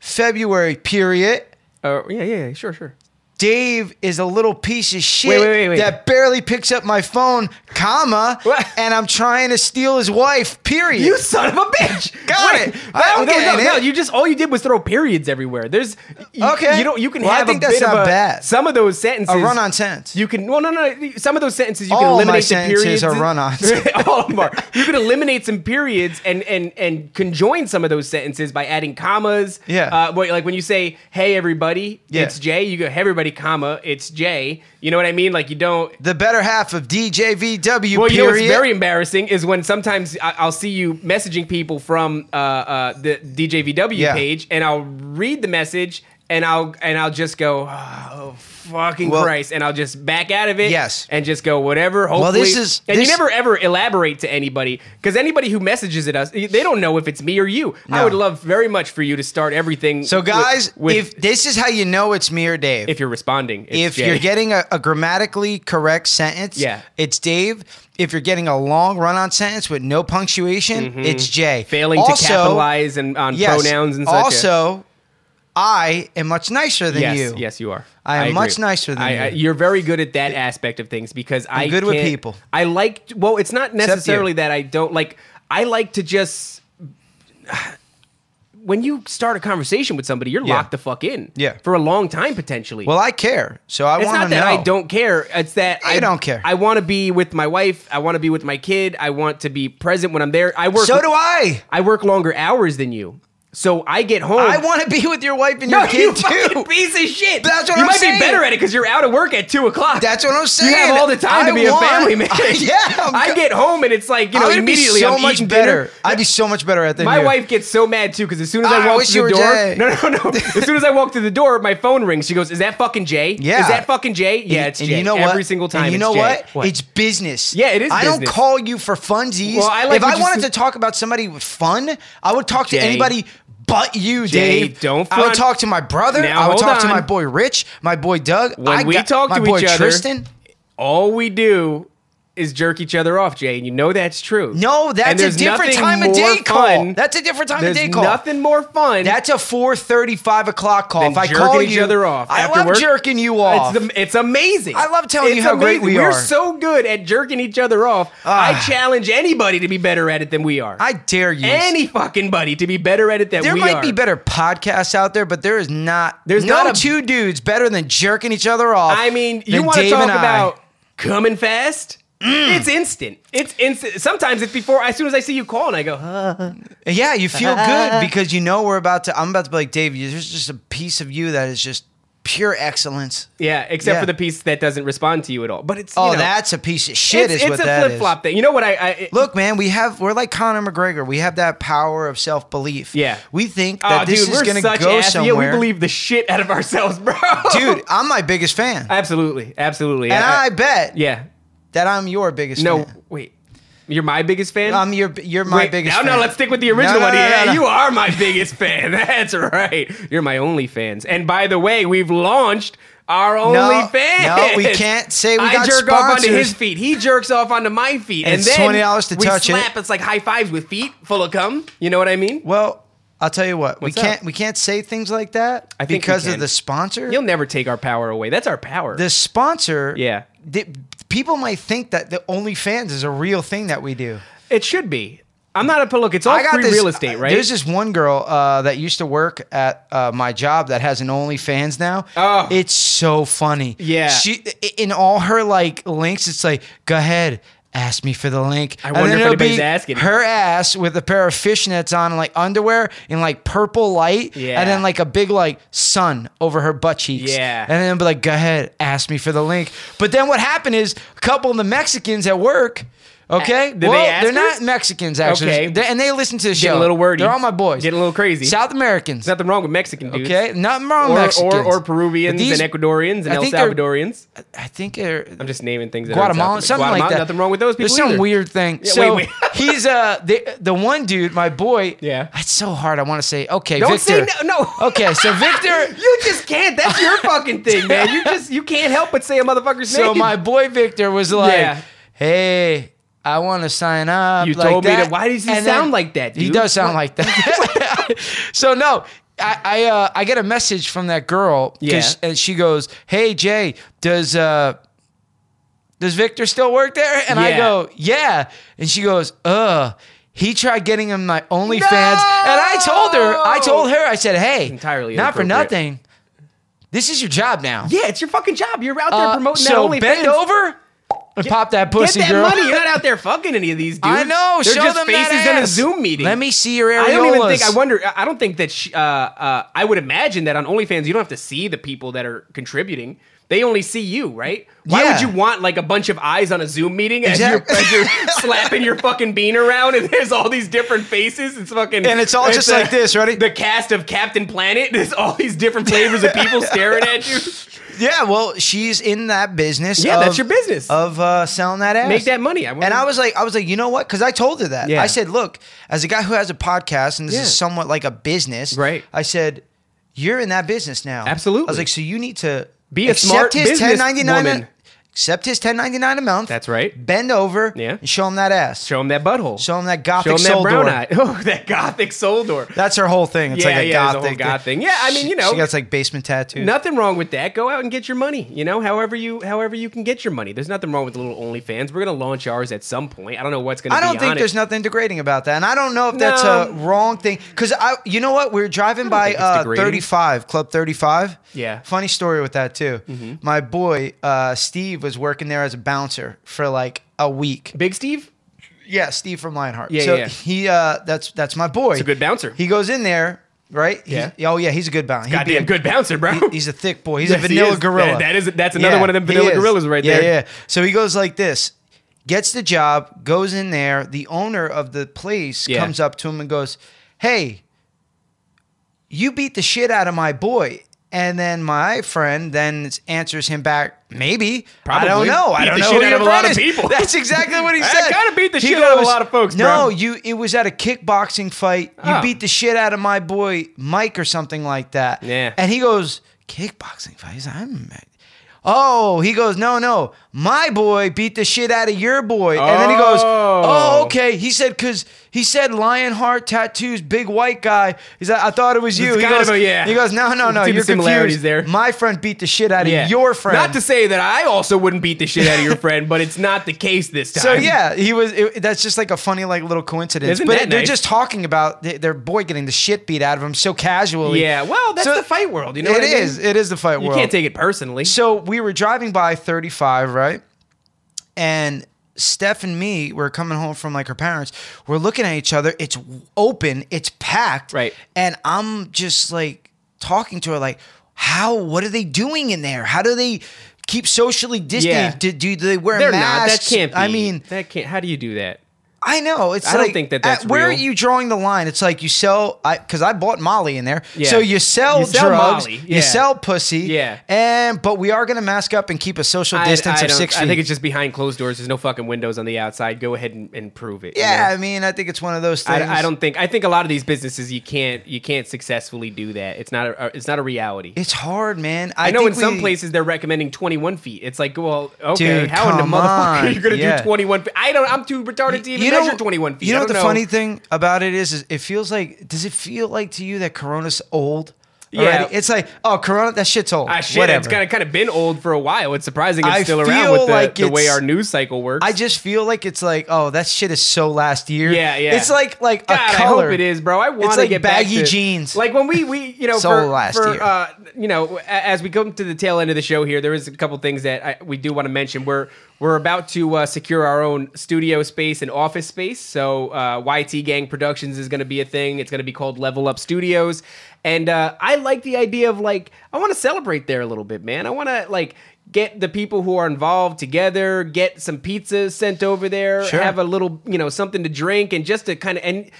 B: February period.
C: Uh, yeah, yeah, yeah, sure, sure.
B: Dave is a little piece of shit
C: Wait, wait, wait, wait.
B: that barely picks up my phone, comma,
C: What?
B: and I'm trying to steal his wife, period.
C: You son of a bitch!
B: Got it. I don't
C: no,
B: get
C: no,
B: it.
C: no, you just all you did was throw periods everywhere. There's you,
B: Okay.
C: You don't. You can
B: Well, I
C: have
B: think
C: a
B: that's
C: bit of
B: not
C: a,
B: bad.
C: Some of those sentences
B: a run on sentence.
C: You can well, no, no, no. Some of those sentences you can
B: All my
C: eliminate the
B: sentences
C: periods.
B: are run-ons.
C: All of them are. You can eliminate some periods and and and conjoin some of those sentences by adding commas.
B: Yeah.
C: Uh, wait, like when you say "Hey everybody,
B: Yeah.
C: it's Jay," you go "Hey everybody, comma, it's Jay." You know what I mean? Like you don't.
B: the better half of DJVW,
C: Well, you know
B: period.
C: what's very embarrassing is when sometimes I- I'll see you messaging people from uh, uh, the DJVW
B: Yeah.
C: page, and I'll read the message, and I'll and I'll just go, oh fucking
B: Well-
C: Christ, and I'll just back out of it,
B: Yes.
C: and just go whatever. Hopefully,
B: Well, this is-
C: and
B: this-
C: you never ever elaborate to anybody because anybody who messages at us, they don't know if it's me or you. I
B: No.
C: would love very much for you to start everything.
B: so, guys,
C: with, with-
B: if this is how you know it's me or Dave,
C: if you're responding, it's
B: if
C: Jay.
B: you're getting a, a grammatically correct sentence,
C: Yeah.
B: it's Dave. If you're getting a long run-on sentence with no punctuation, it's Jay.
C: Mm-hmm. failing to capitalize and on
B: yes,
C: pronouns and such, yeah.
B: Also, I am much nicer than
C: yes,
B: you.
C: Yes, you are.
B: I am
C: agree.
B: much nicer than
C: I- I-
B: you.
C: You're very good at that aspect of things because I'm
B: good with people.
C: I like. Well, it's not necessarily
B: you.
C: that I don't like. I like to just. When you start a conversation with somebody, you're
B: Yeah.
C: locked the fuck in.
B: Yeah.
C: For a long time potentially.
B: Well, I care, so I
C: it's
B: want
C: not
B: to know.
C: that I don't care. It's that
B: You
C: I
B: don't care.
C: I want to be with my wife. I want to be with my kid. I want to be present when I'm there. I work.
B: So do I.
C: I work longer hours than you, so I get home.
B: I want to be with your wife and
C: Oh. No,
B: your
C: you
B: kid too.
C: fucking piece of shit.
B: That's what
C: you
B: I'm
C: might
B: saying.
C: be better at it because you're out of work at two o'clock.
B: That's what I'm
C: you
B: saying.
C: have all the time to
B: I
C: be
B: want-
C: a family man.
B: yeah, I'm
C: I
B: go-
C: get home and it's like you
B: I
C: know
B: would be
C: immediately
B: so
C: I'm
B: much
C: eating
B: better.
C: dinner.
B: I'd be so much better at that.
C: My
B: than you.
C: wife gets so mad too because as soon as
B: Ah,
C: I
B: I
C: walk
B: wish
C: through the
B: you were
C: door,
B: Jay.
C: no, no, no. As soon as I walk through the door, my phone rings. She goes, "Is that fucking Jay?
B: Yeah.
C: is that fucking Jay? Yeah, it's Jay. Every single time.
B: And you
C: it's
B: know
C: Jay.
B: what? It's business.
C: Yeah, it is
B: I don't
C: business.
B: call you for funsies.
C: Well, I like
B: if
C: what
B: I
C: you
B: wanted
C: said-
B: to talk about somebody with fun, I would talk to
C: Jay.
B: anybody but you,
C: Jay,
B: Dave.
C: don't
B: I would
C: front.
B: talk to my brother.
C: Now,
B: I would
C: hold
B: talk to
C: on.
B: my boy Rich, my boy Doug.
C: When
B: I
C: we
B: got-
C: talk
B: my
C: to
B: boy
C: each other-
B: Tristan.
C: all we do is jerk each other off, Jay, and you know that's true.
B: No, that's
C: And
B: a
C: there's
B: different
C: nothing
B: time of
C: more
B: day call.
C: fun-
B: That's a different time of
C: there's
B: day call.
C: Nothing more fun.
B: That's a four thirty, five o'clock call.
C: than
B: If I
C: jerking
B: call
C: each
B: you,
C: other off.
B: I
C: after
B: love
C: work.
B: jerking you off.
C: It's, the- it's amazing.
B: I love telling
C: It's
B: you how great we
C: We're
B: are.
C: so good at jerking each other off. I
B: Ah.
C: challenge anybody to be better at it than we are.
B: I dare you.
C: any fucking buddy to be better at it than
B: There
C: we
B: might
C: are.
B: be better podcasts out there, but there is not.
C: There's
B: no
C: not a-
B: two dudes better than jerking each other off.
C: I mean, you
B: than
C: want to
B: Dave
C: talk
B: and I. Mm.
C: about coming fast? It's instant. It's instant. Sometimes it's before. As soon as I see you call, and I go, huh?
B: Yeah, you feel good because you know we're about to. I'm about to be like Dave. you- There's just a piece of you that is just pure excellence.
C: yeah. Except
B: Yeah.
C: for the piece that doesn't respond to you at all. But it's you
B: Oh,
C: know,
B: that's a piece of shit. is
C: it's, it's
B: what
C: a
B: that is.
C: flip flop thing. You know what I? I
B: Look, man, we have we're like Conor McGregor. We have that power of self belief.
C: Yeah.
B: we think
C: Oh,
B: that this
C: dude,
B: is
C: we're
B: going to
C: such
B: go
C: ass-
B: somewhere.
C: Yeah, we believe the shit out of ourselves, bro.
B: dude, I'm my biggest fan,
C: absolutely, absolutely.
B: and I, bet
C: yeah.
B: that I'm your biggest.
C: No,
B: fan.
C: wait. You're my biggest fan.
B: I'm your you're my
C: Wait,
B: biggest.
C: Now,
B: fan.
C: no, let's stick with the original
B: No, no,
C: one.
B: no,
C: yeah,
B: no, no.
C: you are my biggest fan. That's right. You're my only fans. And by the way, we've launched our only fans.
B: no, we can't say we
C: I
B: got
C: jerk off onto
B: sponsors.
C: his feet. He jerks off onto my feet. And,
B: it's
C: then
B: $20 to
C: we
B: touch it.
C: slap. It's like high fives with feet full of cum. You know what I mean?
B: Well, I'll tell you what.
C: What's
B: we
C: up?
B: can't we can't say things like that
C: I think we
B: because
C: can.
B: of the sponsor.
C: You'll never take our power away. That's our power.
B: the sponsor.
C: Yeah.
B: The, people might think that the OnlyFans is a real thing that we do.
C: it should be. I'm not a look. It's all
B: I got
C: free
B: this,
C: real estate, right?
B: There's this one girl uh, that used to work at uh, my job that has an OnlyFans now.
C: Oh.
B: it's so funny.
C: Yeah.
B: she i- in all her like links, it's like, go ahead, ask me for the link.
C: I
B: And
C: wonder
B: then
C: if
B: it'll
C: anybody's
B: be
C: asking.
B: Her ass with a pair of fishnets on, and like underwear in like purple light,
C: Yeah.
B: and then like a big like sun over her butt cheeks.
C: Yeah.
B: and then be like, go ahead, ask me for the link. But then what happened is a couple of the Mexicans at work. Okay,
C: did they
B: well,
C: ask
B: are
C: us?
B: not Mexicans actually,
C: Okay.
B: They- and they listen to the
C: Getting
B: show.
C: a little wordy.
B: They're all my boys.
C: Getting a little crazy.
B: South Americans.
C: There's nothing wrong with Mexican dudes.
B: okay, nothing wrong
C: Or,
B: with
C: or,
B: Mexicans
C: or Peruvians
B: But these-
C: and Ecuadorians and
B: I
C: El
B: think they're-
C: Salvadorians.
B: I think they're
C: I'm just naming things. That are in
B: Guatemalan,
C: South
B: something
C: America.
B: like that.
C: Guatemala, Nothing wrong with those people.
B: There's some
C: either.
B: weird thing.
C: Yeah,
B: so
C: wait, wait.
B: he's uh the the one dude, my boy.
C: Yeah.
B: that's so hard. I want to say okay,
C: Don't
B: Victor.
C: say no. no.
B: Okay, so Victor.
C: you just can't. That's your fucking thing, man. You just you can't help but say a motherfucker's
B: so
C: name.
B: my boy Victor was like,
C: Yeah.
B: "Hey, I want to sign up.
C: You
B: like
C: told me
B: that.
C: that- why does he
B: And
C: sound like that,
B: He
C: dude?
B: does sound like that. so no, I I, uh, I get a message from that girl 'cause-
C: Yeah.
B: and she goes, "Hey Jay, does uh does Victor still work there?" And I
C: Yeah.
B: go, "Yeah," and she goes, "Uh." He tried getting him my OnlyFans, and I told her, I told her, I said, "Hey,
C: Entirely
B: not for
C: inappropriate.
B: nothing. This is your job now.
C: Yeah, it's your fucking job. You're out there
B: Uh,
C: promoting that
B: so
C: OnlyFans.
B: bend over and pop that
C: Get
B: pussy,
C: that
B: girl.
C: money. You're not out there fucking any of these dudes.
B: I know.
C: They're
B: show
C: just
B: them
C: faces
B: that
C: in a
B: ass.
C: Zoom meeting.
B: Let me see your areolas.
C: I don't even think. I wonder. I don't think that. She, uh, uh, I would imagine that on OnlyFans, you don't have to see the people that are contributing. They only see you, right? Why
B: Yeah.
C: would you want like a bunch of eyes on a Zoom meeting as,
B: Exact-
C: you're, as you're slapping your fucking bean around and there's all these different faces? It's fucking
B: And it's all just
C: a-
B: like this, ready?
C: The cast of Captain Planet. There's all these different flavors of people staring at you.
B: Yeah, well, she's in that business.
C: Yeah,
B: of-
C: that's your business.
B: of uh, selling that ass.
C: Make that money. I
B: and I was like, I was like, you know what? Because I told her that.
C: Yeah.
B: I said, look, as a guy who has a podcast and this
C: Yeah.
B: is somewhat like a business,
C: Right.
B: I said, you're in that business now.
C: Absolutely.
B: I was like, so you need to
C: Be a
B: accept
C: smart
B: his
C: business
B: 1099
C: woman.
B: Accept his 1099 a month.
C: That's right.
B: Bend over.
C: Yeah.
B: And show him that ass.
C: show him that butthole.
B: show him that gothic
C: Show him that
B: soul
C: brown
B: door.
C: eye. Oh, that gothic soul door.
B: That's her whole thing. It's
C: Yeah,
B: like a
C: yeah, it's a
B: gothic,
C: whole goth thing. Yeah, I mean, you know.
B: she got like basement tattoos.
C: Nothing wrong with that. Go out and get your money. You know, however you however you can get your money. There's nothing wrong with little OnlyFans. We're gonna launch ours at some point. I don't know what's gonna.
B: I don't
C: be
B: think
C: on
B: there's
C: it.
B: nothing degrading about that, and I don't know if that's a
C: No.
B: wrong thing. Because I, you know what, we were driving by
C: think it's
B: uh,
C: degrading.
B: 35 Club 35.
C: Yeah. Mm-hmm.
B: funny story with that too. My boy uh, Steve was working there as a bouncer for like a week.
C: Big Steve.
B: Yeah, Steve from Lionheart.
C: Yeah,
B: so
C: yeah, yeah.
B: he, uh, that's that's my boy. He's
C: a good bouncer.
B: He goes in there, right? He's-
C: Yeah.
B: oh yeah, he's a good bouncer. He'd be
C: Goddamn
B: a-
C: good bouncer, bro.
B: He's a thick boy. He's
C: Yes,
B: a
C: he
B: vanilla
C: is.
B: gorilla.
C: That- that is- that's another one of them
B: he
C: vanilla
B: is.
C: gorillas right
B: yeah,
C: there.
B: Yeah, So he goes like this, gets the job, goes in there. The owner of the place
C: Yeah.
B: comes up to him and goes, "Hey, you beat the shit out of my boy." And then my friend then answers him back, maybe. I don't
C: Probably.
B: know. I
C: Beat
B: don't
C: the
B: know.
C: shit
B: who
C: out
B: your
C: of a lot
B: friend
C: of
B: is."
C: people.
B: That's exactly what he
C: I
B: said.
C: kinda beat the
B: He
C: shit out of a
B: goes,
C: lot of folks,
B: No,
C: bro."
B: you. It was at a kickboxing fight. You
C: Oh.
B: beat the shit out of my boy Mike or something like that.
C: Yeah.
B: And he goes, kickboxing fights? I'm. Oh, he goes, no, no. My boy beat the shit out of your boy. And then he goes,
C: Oh.
B: oh, okay. He said, because he said Lionheart tattoos, big white guy. He's like, I thought it was you.
C: It's
B: he,
C: kind
B: goes,
C: of a- yeah.
B: he goes, no, no, no.
C: See the
B: You're
C: similarities
B: confused.
C: there.
B: My friend beat the shit out of
C: Yeah.
B: your friend.
C: Not to say that I also wouldn't beat the shit out of your friend, but it's not the case this time.
B: So yeah, he was. It, that's just like a funny, like little coincidence.
C: Isn't
B: but
C: that
B: they're
C: nice?
B: just talking about th- their boy getting the shit beat out of him so casually.
C: Yeah, well, that's
B: So-
C: the fight world. You know,
B: It
C: what I mean?
B: is. It is the fight
C: You
B: world.
C: can't take it personally.
B: So we were driving by 35, right? And Steph and me were coming home from like her parents. We're looking at each other. It's open. It's packed.
C: Right.
B: And I'm just like talking to her, like, how? What are they doing in there? How do they keep socially distant?
C: Yeah.
B: Do, do they wear
C: They're not. That
B: masks?
C: can't. Be.
B: I mean,
C: that can't. How do you do that?
B: I know. It's
C: I don't
B: like,
C: think that that's
B: at- where are
C: real.
B: you drawing the line? It's like you sell I because I bought Molly in there.
C: Yeah.
B: So you sell,
C: You sell
B: drugs,
C: Molly, yeah.
B: you sell pussy,
C: Yeah.
B: And but we are going to mask up and keep a social distance
C: I, I
B: of
C: don't-
B: six feet.
C: I think it's just behind closed doors. There's no fucking windows on the outside. Go ahead and, and prove it. you know?
B: yeah, I mean, I think it's one of those things.
C: I, I don't think I think a lot of these businesses you can't you can't successfully do that. It's not a uh, it's not a reality.
B: It's hard, man. I,
C: I know
B: think
C: in some
B: we-
C: places they're recommending 21 feet. It's like, well, okay,
B: Dude,
C: how in the
B: come
C: motherfucker are
B: on.
C: you gonna
B: Yeah.
C: do 21 feet? I don't. I'm too retarded to even
B: You
C: measure
B: know,
C: 21 feet.
B: you
C: I
B: know what the
C: don't
B: funny thing about it is, is it feels like does it feel like to you that Corona's old?
C: Yeah.
B: already? It's like, oh Corona, that shit's old.
C: Ah, shit,
B: Whatever.
C: it's kind of kind of been old for a while. It's surprising it's
B: I
C: still
B: feel
C: around with the,
B: like
C: the way
B: it's-
C: our news cycle works.
B: I just feel like it's like, oh, that shit is so last year.
C: Yeah, yeah.
B: It's like like
C: God,
B: a
C: I
B: color.
C: hope it is, bro. I want
B: It's
C: to
B: like
C: get
B: baggy
C: back to,
B: jeans.
C: Like when we we you know
B: So
C: for,
B: last
C: for,
B: year.
C: Uh, you know, a- as we come to the tail end of the show here, there is a couple things that I, we do want to mention. We're we're about to uh, secure our own studio space and office space. So uh, YT Gang Productions is going to be a thing. It's going to be called Level Up Studios, and uh, I like the idea of like I want to celebrate there a little bit, man. I want to like. Get the people who are involved together. Get some pizzas sent over there.
B: Sure.
C: Have a little, you know, something to drink and just to kind of and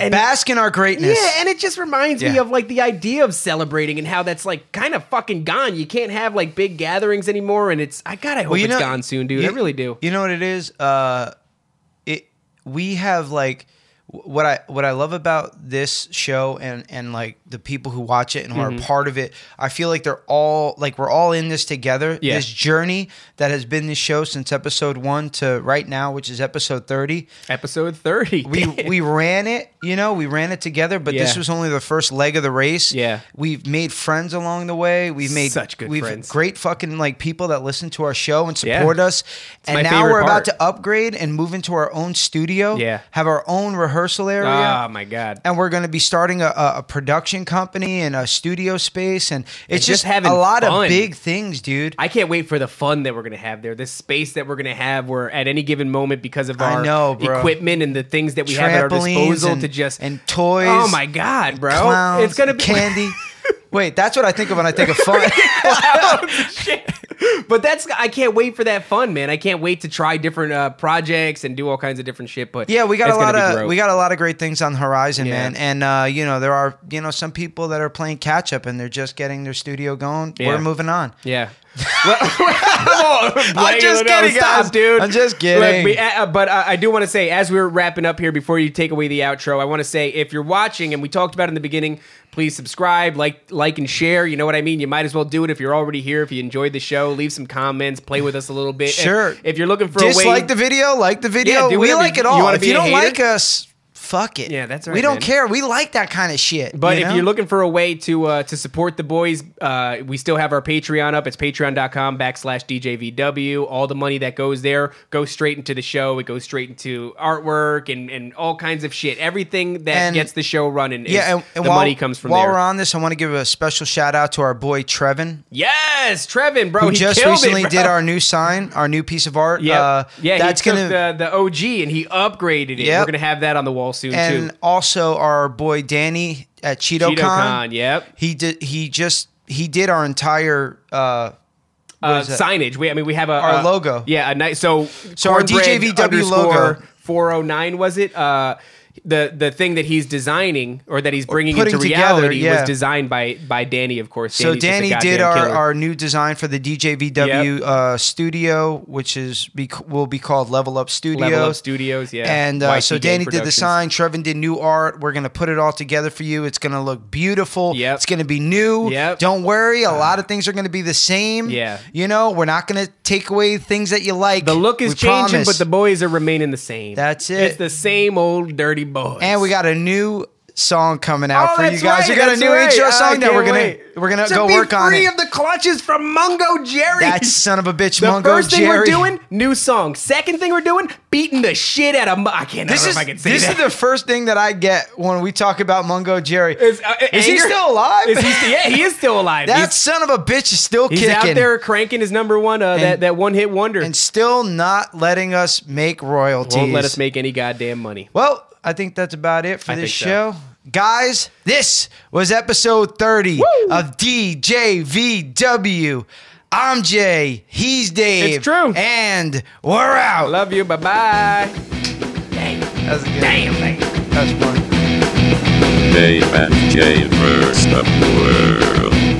C: and
B: Bask in our greatness.
C: yeah, and it just reminds me
B: Yeah.
C: of like the idea of celebrating and how that's like kind of fucking gone. You can't have like big gatherings anymore, and it's I gotta hope
B: you
C: it's
B: know-
C: gone soon, dude.
B: you-
C: I really do.
B: You know what it is? Uh, it we have like what I what I love about this show and and like the people who watch it and who
C: Mm-hmm.
B: are part of it, I feel like they're all like we're all in this together.
C: Yeah.
B: This journey that has been this show since episode one to right now, which is episode thirty.
C: Episode 30.
B: We we ran it, you know, we ran it together, but this
C: Yeah.
B: was only the first leg of the race.
C: Yeah.
B: We've made friends along the way. We've made
C: Such good
B: we've
C: friends.
B: great fucking like people that listen to our show and
C: Yeah.
B: support us. and
C: my
B: now
C: favorite
B: we're about
C: part.
B: to upgrade and move into our own studio.
C: Yeah.
B: Have our own rehearsal area
C: Ah, my God.
B: and we're going to be starting a, a, a production company and a studio space and it's
C: just
B: just,
C: having
B: a lot
C: fun.
B: of big things dude
C: I can't wait for the fun that we're gonna have there. This space that we're gonna have, where at any given moment, because of
B: I
C: our
B: know, bro.
C: equipment and the things that we have at our
B: Trampolines
C: disposal,
B: and-
C: to just
B: and toys
C: Oh my god, bro!
B: clowns
C: it's gonna be
B: candy wait that's what i think of when i think of fun
C: Shit. But that's I can't wait for that fun, man. I can't wait to try different uh, projects and do all kinds of different shit. But
B: yeah we got
C: it's
B: a
C: gonna
B: lot
C: be
B: of
C: gross.
B: we got a lot of great things on the horizon
C: Yeah.
B: man and uh, you know there are you know some people that are playing catch up and they're just getting their studio going
C: Yeah.
B: we're moving on
C: Yeah. Well, come on,
B: I'm just
C: Blake, no,
B: kidding,
C: stop,
B: guys.
C: dude.
B: I'm just
C: Look,
B: kidding.
C: we- uh, uh, but uh, I do want to say, as we're wrapping up here, before you take away the outro, I want to say, if you're watching, and we talked about it in the beginning, please subscribe, like, like, and share. You know what I mean. You might as well do it if you're already here. If you enjoyed the show, leave some comments, play with us a little bit. And
B: Sure.
C: if you're looking for a way,
B: dislike the video like the video
C: Yeah, do
B: we
C: whatever
B: like
C: you-
B: it
C: you
B: all
C: wanna
B: if
C: be
B: you
C: a
B: don't
C: hater?
B: like us fuck it
C: Yeah, that's
B: we
C: right,
B: don't
C: man.
B: care we like that kind of shit
C: But
B: you
C: if
B: know?
C: you're looking for a way to uh, to support the boys, uh, we still have our Patreon up. It's patreon.com backslash DJVW. All the money that goes there goes straight into the show. It goes straight into artwork and, and all kinds of shit. Everything that
B: And-
C: gets the show running, is,
B: yeah, and, and
C: the
B: while,
C: money comes from
B: while
C: there.
B: we're on this, I want to give a special shout out to our boy Trevin,
C: yes, Trevin, bro.
B: who
C: he
B: just
C: killed
B: recently
C: it, bro.
B: did our new sign, our new piece of art.
C: Yeah,
B: uh,
C: yeah.
B: that's
C: he took
B: gonna
C: the, the OG and he upgraded it.
B: Yep.
C: We're gonna have that on the wall soon
B: and
C: too.
B: also our boy Danny at CheetoCon.
C: Con, yep.
B: He did. He just he did our entire. Uh,
C: uh,
B: is that?
C: signage. We, I mean, we have a
B: Our
C: a-
B: logo.
C: Yeah, a nice. So,
B: So our DJVW logo.
C: four oh nine was it? Uh, the the thing that he's designing or that he's bringing
B: putting
C: into
B: together,
C: reality
B: yeah.
C: was designed by by Danny, of course.
B: so
C: Danny's just a
B: Danny
C: goddamn
B: did our,
C: killer.
B: our new design for the DJVW uh, studio, which is be, will be called Level Up Studios.
C: Level Up Studios, yeah.
B: And uh,
C: YT
B: so
C: Gang
B: Danny did the
C: Productions.
B: sign. Trevin did new art. We're gonna put it all together for you. It's gonna look beautiful.
C: Yep.
B: It's gonna be new.
C: Yep. Uh-huh.
B: Don't worry. A lot of things are gonna be the same.
C: Yeah.
B: You know, we're not gonna take away things that you like.
C: The look is
B: We
C: changing,
B: promise.
C: but the boys are remaining the same.
B: That's it.
C: It's the same old dirty boys.
B: And we got a new song coming out
C: Oh,
B: for you
C: that's
B: guys. we
C: right,
B: got a
C: that's
B: new
C: right.
B: intro
C: I
B: song that
C: can't
B: we're gonna
C: wait.
B: we're gonna
C: To
B: go
C: be
B: work on
C: free
B: it.
C: of the clutches from Mungo Jerry.
B: that son of a bitch,
C: The
B: Mungo
C: first thing
B: Jerry.
C: we're doing, new song. Second thing we're doing, beating the shit out of. Mu- I can't.
B: This is
C: I don't know if I can say
B: this is
C: that.
B: the first thing that I get when we talk about Mungo Jerry.
C: Is, uh,
B: Is he
C: anger-
B: still alive?
C: Is he still, yeah, he is still alive.
B: that
C: he's
B: son of a bitch is still
C: he's
B: kicking.
C: out there cranking his number one. Uh, that that one hit wonder
B: and still not letting us make royalties.
C: won't let us make any goddamn money.
B: Well, I think that's about it for
C: I
B: this
C: think so.
B: show. Guys, this was episode 30 of DJVW. I'm Jay. He's Dave.
C: It's true.
B: And we're out.
C: Love you. Bye
B: That
C: bye.
B: was good.
C: Damn. Man.
B: That was fun.
D: Dave and Jay versus the world.